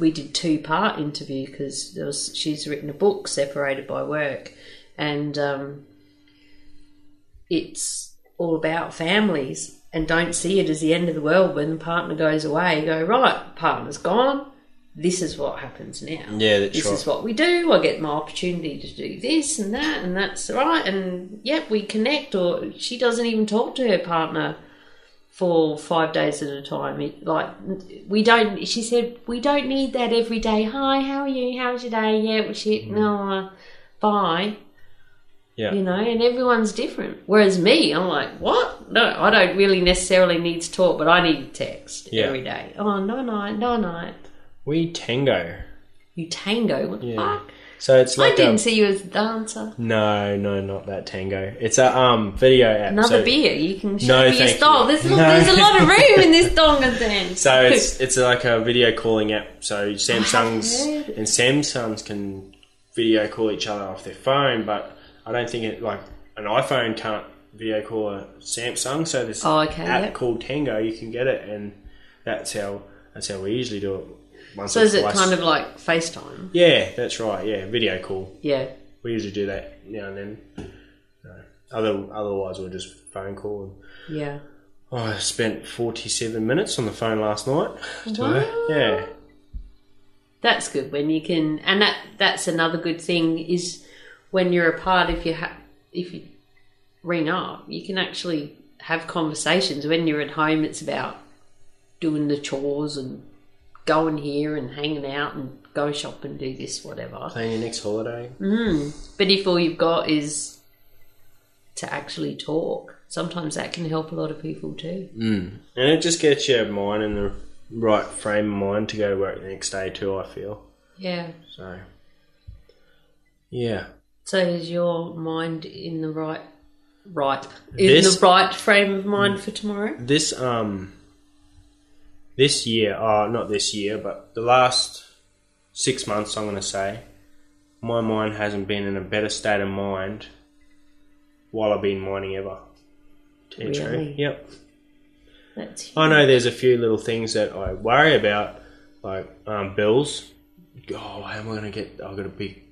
we did two part interview because there was she's written a book separated by work and um, it's all about families and don't see it as the end of the world when the partner goes away. You go, right, partner's gone. This is what happens now. Yeah, that's This right. is what we do. I get my opportunity to do this and that, and that's right. And yep, we connect, or she doesn't even talk to her partner for five days at a time. It, like we don't, she said, we don't need that every day. Hi, how are you? How's your day? Yeah, well, shit, Mm. no, uh, bye. yeah, You know, and everyone's different. Whereas me, I'm like, what? No, I don't really necessarily need to talk, but I need to text Yeah. every day. Oh, no, night, no, night. we tango. You tango. What the Yeah, fuck? so it's I like um, didn't a, see you as a dancer. no, no, not that tango. It's a um video app. Another so, beer. You can show No, me your thank you. style. There's, look, No. there's a lot of room <laughs> in this donga thing. <laughs> So it's it's like a video calling app. So Samsung's I have heard. and Samsungs can video call each other off their phone, but I don't think it like an iPhone can't video call Samsung. So this Oh, okay, app yep. called Tango, you can get it, and that's how that's how we usually do it. Once So or is it twice. kind of like FaceTime? Yeah, that's right. Yeah, video call. Yeah. We usually do that now and then. No. Other otherwise, we'll just phone call. And, Yeah. oh, I spent forty-seven minutes on the phone last night. to her. Wow. Yeah. That's good when you can, and that that's another good thing is when you're apart. If you ha- if you ring up, you can actually have conversations. When you're at home, it's about doing the chores and going here and hanging out and go shop and do this whatever. Hmm. Plan your next holiday. But if all you've got is to actually talk, sometimes that can help a lot of people too. Mm. And it just gets your mind in the right frame of mind to go to work the next day too, I feel. Yeah. So Yeah. So is your mind in the right right in This- the right frame of mind for tomorrow? This um this year, oh not this year, but the last six months I'm gonna say, my mind hasn't been in a better state of mind while I've been mining ever. To be true. Really? Yep. That's huge. I know there's a few little things that I worry about, like um, bills. Oh, how am I going to get? I've got to be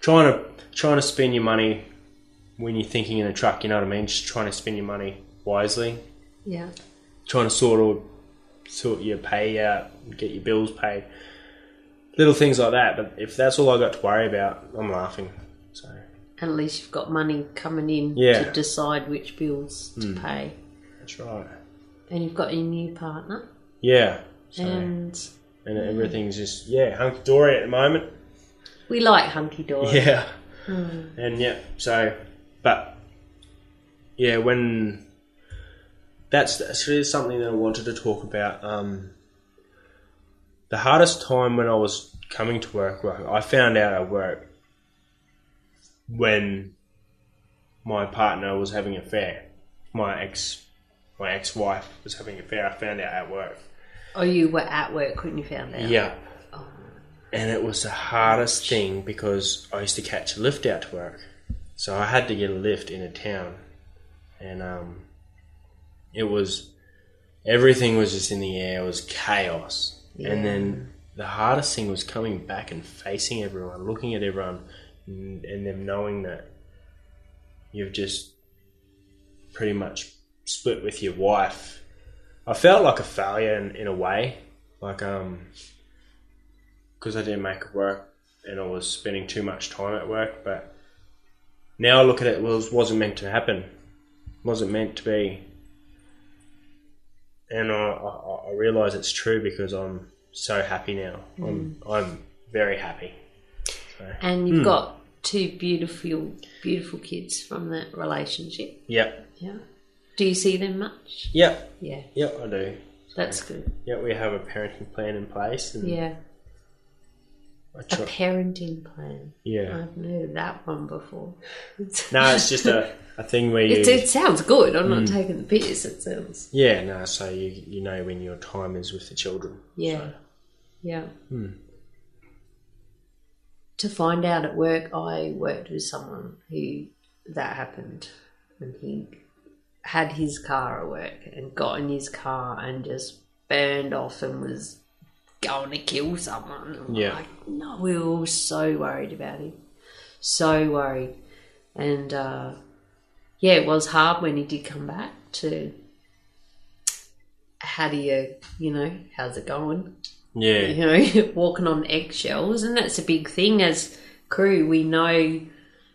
trying to trying to spend your money when you're thinking in a truck. You know what I mean? Just trying to spend your money wisely. yeah. Trying to sort all sort your pay out, get your bills paid, little things like that. But if that's all I got to worry about, I'm laughing. So At least you've got money coming in Yeah. Hmm. to decide which bills to pay. that's right. And you've got your new partner Oh, Yeah. So, and and everything's just yeah hunky dory at the moment. we like hunky dory. Yeah. And yeah, so, but yeah, when that's that's really something that I wanted to talk about. Um, the hardest time when I was coming to work, well, I found out at work when my partner was having an affair. My ex, my ex-wife was having an affair. I found out at work. Oh you were at work when you found out. Yeah. And it was the hardest thing because I used to catch a lift out to work. So I had to get a lift in a town. And um, it was, everything was just in the air, it was chaos. And then the hardest thing was coming back and facing everyone, looking at everyone, and, and them knowing that you've just pretty much split with your wife. I felt like a failure in, in a way. Like, um, because I didn't make it work and I was spending too much time at work. But now I look at it, well, it wasn't meant to happen, wasn't meant to be. And I, I, I realize it's true because I'm so happy now. I'm, Mm. I'm very happy. And Hmm. you've got two beautiful beautiful kids from that relationship. Yep, Yeah. Do you see them much? yep, Yeah. yep, I do. That's good. Yep, we have a parenting plan in place. And Yeah. I A try, parenting plan. yeah. I've heard that one before. <laughs> No, it's just a, a thing where you. It, it sounds good. I'm not taking the piss. It sounds. yeah, no, so you, you know when your time is with the children. Yeah. Yeah. To find out at work, I worked with someone who that happened and he had his car at work and got in his car and just burned off and was going to kill someone. I'm Yeah. Like, no, we were all so worried about him. So worried. And uh, yeah, it was hard when he did come back to how do you, you know, how's it going? Yeah, you know, <laughs> walking on eggshells, and that's a big thing as crew. We know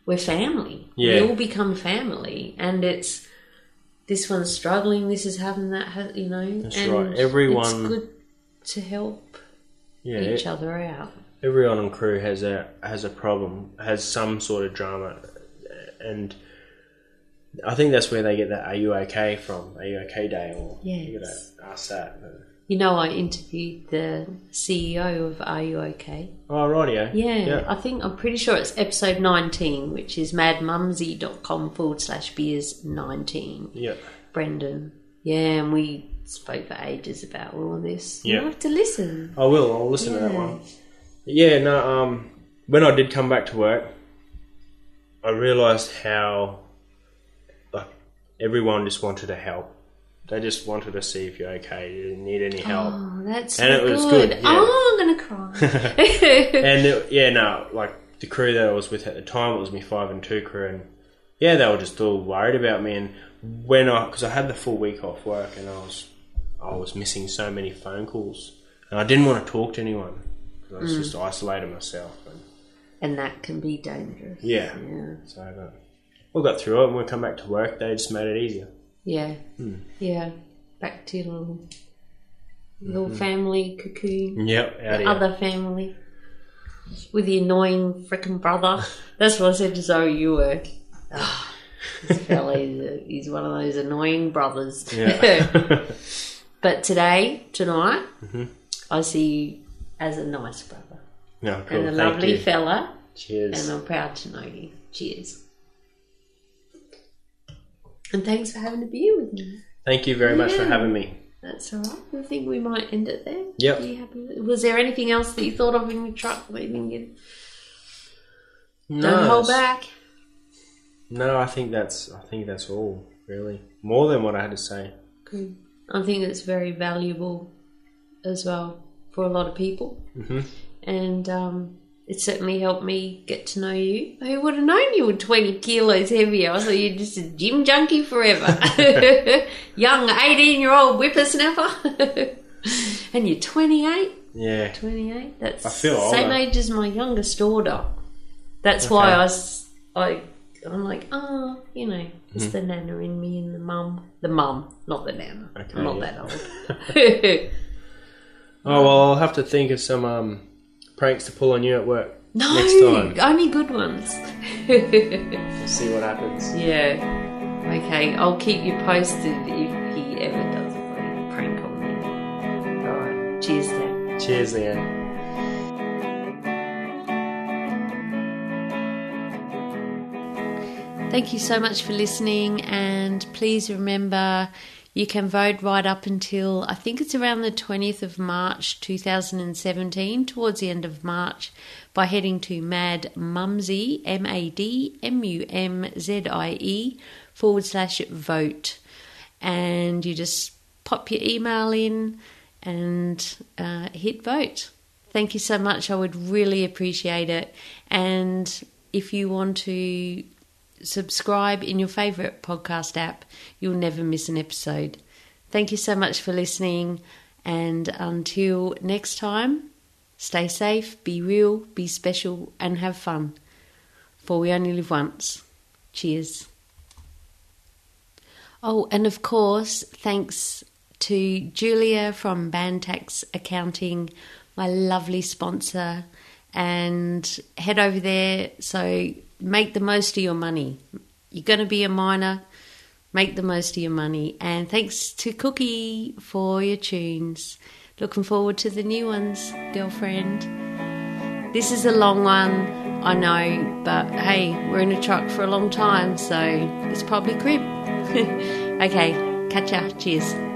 we're family. Yeah. We all become family, and it's this one's struggling. This is having that, ha- you know. That's and right. Everyone- It's good to help yeah. each other out. everyone on crew has a has a problem, has some sort of drama, and I think that's where they get that "Are you okay?" from "Are you okay?" day, or you gotta Yes. ask that. but- You know, I interviewed the CEO of Are You Okay? Oh, rightio. Yeah, I think I'm pretty sure it's episode 19, which is madmumsy.com forward slash beers 19. yeah, Brendan. Yeah, and we spoke for ages about all of this. Yeah. You have to listen. I will. I'll listen to that Yeah. one. Yeah, no. Um, when I did come back to work, I realised how like everyone just wanted to help. They just wanted to see if you're okay. You didn't need any help. Oh, that's And so it was good. good, yeah. Oh, I'm gonna cry. <laughs> And it, yeah, no, like the crew that I was with at the time, it was me five and two crew, and yeah, they were just all worried about me. And when I, because I had the full week off work, and I was, I was missing so many phone calls, and I didn't want to talk to anyone. 'cause I was just Mm. isolated myself, and <laughs> and that can be dangerous. yeah, Yeah. so but we got through it, and when we come back to work, they just made it easier. Yeah. Hmm. Yeah. Back to your little, little Mm-hmm. family cocoon. Yep, out here. Other family. With the annoying frickin' brother. That's what I said to Zoe. You were. "Ah, this fella, he's, a- he's one of those annoying brothers. <laughs> Yeah. but today, tonight, Mm-hmm. I see you as a nice brother <laughs> no, cool. and a Thank lovely you. fella, Cheers. and I'm proud to know you. Cheers. And thanks for having a beer with me. Thank you very much for having me. That's all right. I think we might end it there. Yep. Are you happy with it? Was there anything else that you thought of in your truck? that you didn't get- Don't hold Nice. back. No, I think that's I think that's all really. More than what I had to say. Good. I think it's very valuable as well for a lot of people. Mhm. And um, it certainly helped me get to know you. Who would have known you were 20 kilos heavier? I thought you were just a gym junkie forever. <laughs> Young 18 year old whippersnapper. <laughs> and you're 28. Yeah. 28. That's I feel the same older. age as my youngest daughter. That's why Okay. I, s- I, am like, oh, you know, it's Mm-hmm. the nana in me and the mum. The mum, not the nana. Okay, I'm not yeah. that old. <laughs> <laughs> Oh well, I'll have to think of some um, pranks to pull on you at work. no, Next time. only good ones. <laughs> See what happens. yeah. Okay, I'll keep you posted if he ever does a prank on me. All right. Cheers then. Cheers, Leanne. Thank you so much for listening, and please remember you can vote right up until I think it's around the 20th of March 2017, towards the end of March, by heading to Mad Mumsy, M A D M U M Z I E, forward slash vote. And you just pop your email in and uh, hit vote. Thank you so much. I would really appreciate it. And if you want to subscribe in your favourite podcast app. You'll never miss an episode. Thank you so much for listening. And until next time, stay safe, be real, be special, and have fun. For we only live once. Cheers. Oh, and of course, thanks to Julia from Bantax Accounting, my lovely sponsor. And head over there. So make the most of your money. You're going to be a miner. Make the most of your money. And thanks to Cookie for your tunes. Looking forward to the new ones, girlfriend. This is a long one, I know, but hey, we're in a truck <laughs> for a long time, so it's probably crib. okay, catch ya. Cheers.